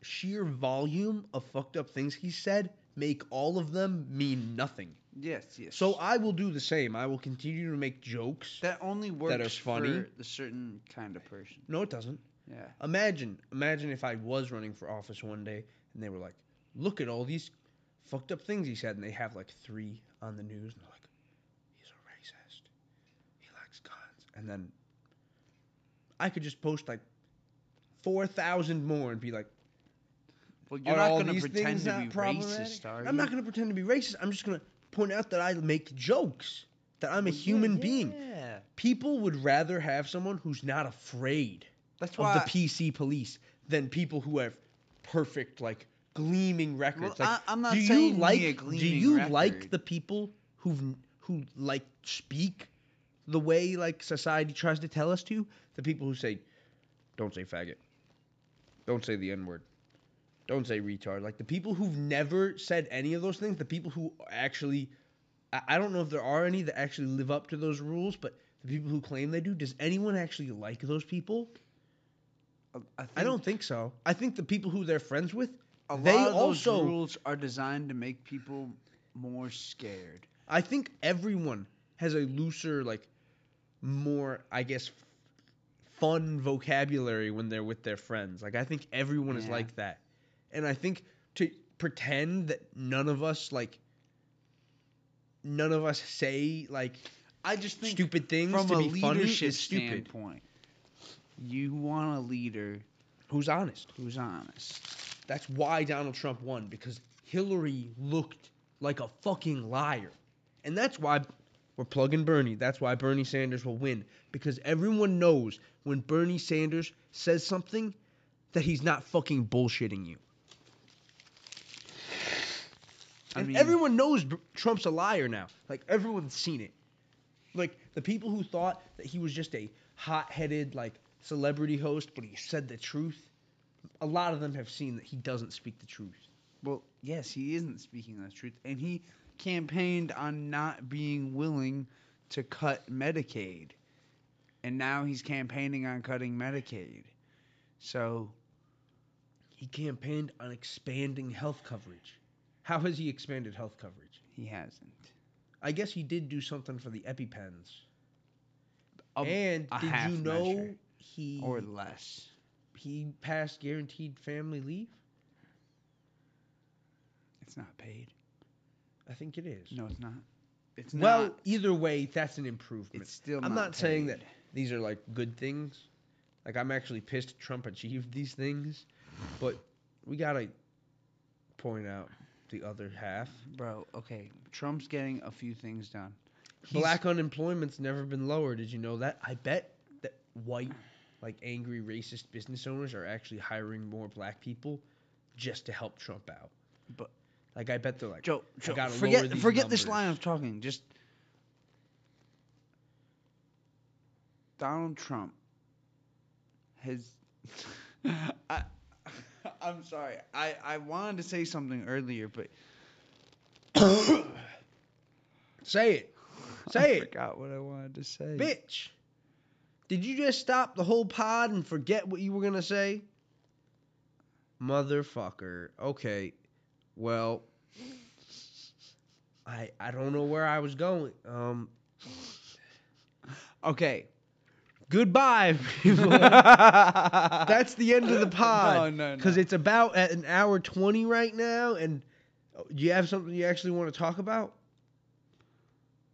sheer volume of fucked up things he said make all of them mean nothing.
yes, yes.
So uh, I will do the same. I will continue to make jokes.
that only works
are funny.
for the certain kind of person.
No, it doesn't.
Yeah.
Imagine, imagine if I was running for office one day and they were like, "Look at all these fucked up things he said," and they have like three on the news, and they're like, "He's a racist. He likes guns," and then I could just post like four thousand more and be like,
Well,
"Are
you're not
all
going to
these
pretend
things
to
not
be
problematic?"
racist, are you?
I'm not going to pretend to be racist. I'm just going to point out that I make jokes. That I'm a human being.
Yeah.
people would rather have someone who's not afraid
That's
of
why.
the PC police than people who have perfect, like gleaming records.
Well,
like,
I- I'm not
do you
saying be
like
a
do
gleaming
you like
record.
the people who who like speak the way like society tries to tell us to? The people who say, "Don't say faggot," "Don't say the n word." Don't say retard. Like the people who've never said any of those things, the people who actually, I, I don't know if there are any that actually live up to those rules, but the people who claim they do, does anyone actually like those people?
I,
I
think
don't think so. I think the people who they're friends with,
a
they
lot of
also.
those rules are designed to make people more scared.
I think everyone has a looser, like, more, I guess, f- fun vocabulary when they're with their friends. Like, I think everyone is
Yeah.
like that, and I think to pretend that none of us like, none of us say like
I just think
stupid things
from
to
a
be funny
leadership
is stupid.
standpoint, you want a leader
Who's honest?
who's honest.
That's why Donald Trump won because Hillary looked like a fucking liar. And that's why we're plugging Bernie. That's why Bernie Sanders will win because everyone knows when Bernie Sanders says something that he's not fucking bullshitting you.
I
and
mean-
everyone knows B- Trump's a liar now. Like everyone's seen it. Like the people who thought that he was just a hot-headed like celebrity host but he said the truth, a lot of them have seen that he doesn't speak the truth.
Well, yes, he isn't speaking the truth, and he campaigned on not being willing to cut Medicaid, and now he's campaigning on cutting Medicaid. So
He campaigned on expanding health coverage. How has he expanded health coverage?
he hasn't.
I guess he did do something for the EpiPens.
A-
and
a
did
half
you know
measure
he
or less.
he passed guaranteed family leave?
It's not paid.
I think it is.
No, it's not. It's
well,
not.
either way, that's an improvement.
It's still.
I'm not saying
paid.
that these are like good things. Like I'm actually pissed Trump achieved these things, but we gotta point out the other half.
bro. Okay, Trump's getting a few things done. He's-
Black unemployment's never been lower. Did you know that? I bet that white, like angry racist business owners are actually hiring more black people just to help Trump out.
But-
like, I bet they're like,
Joe,
I
Joe
gotta lower
forget
these
forget this line
numbers.
of talking. Just Donald Trump has. I, I'm sorry. I I wanted to say something earlier, but
say it,
I
say it,
forgot what I wanted to say.
bitch. Did you just stop the whole pod and forget what you were gonna say? Motherfucker. Okay. Well, I I don't know where I was going. Um,
Okay.
goodbye. people. That's the end of the pod.
No, no, no.
Because it's about at an hour twenty right now, and oh, do you have something you actually want to talk about?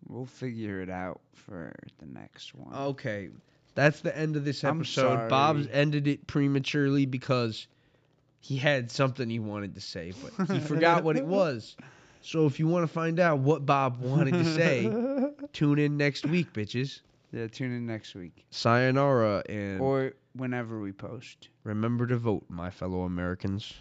We'll figure it out for the next one.
Okay, that's the end of this
I'm
episode. Bob's
sorry.
ended it prematurely because he had something he wanted to say, but he forgot what it was. So if you want to find out what Bob wanted to say, tune in next week, bitches.
yeah, tune in next week
Sayonara, and
or whenever we post.
remember to vote, my fellow Americans.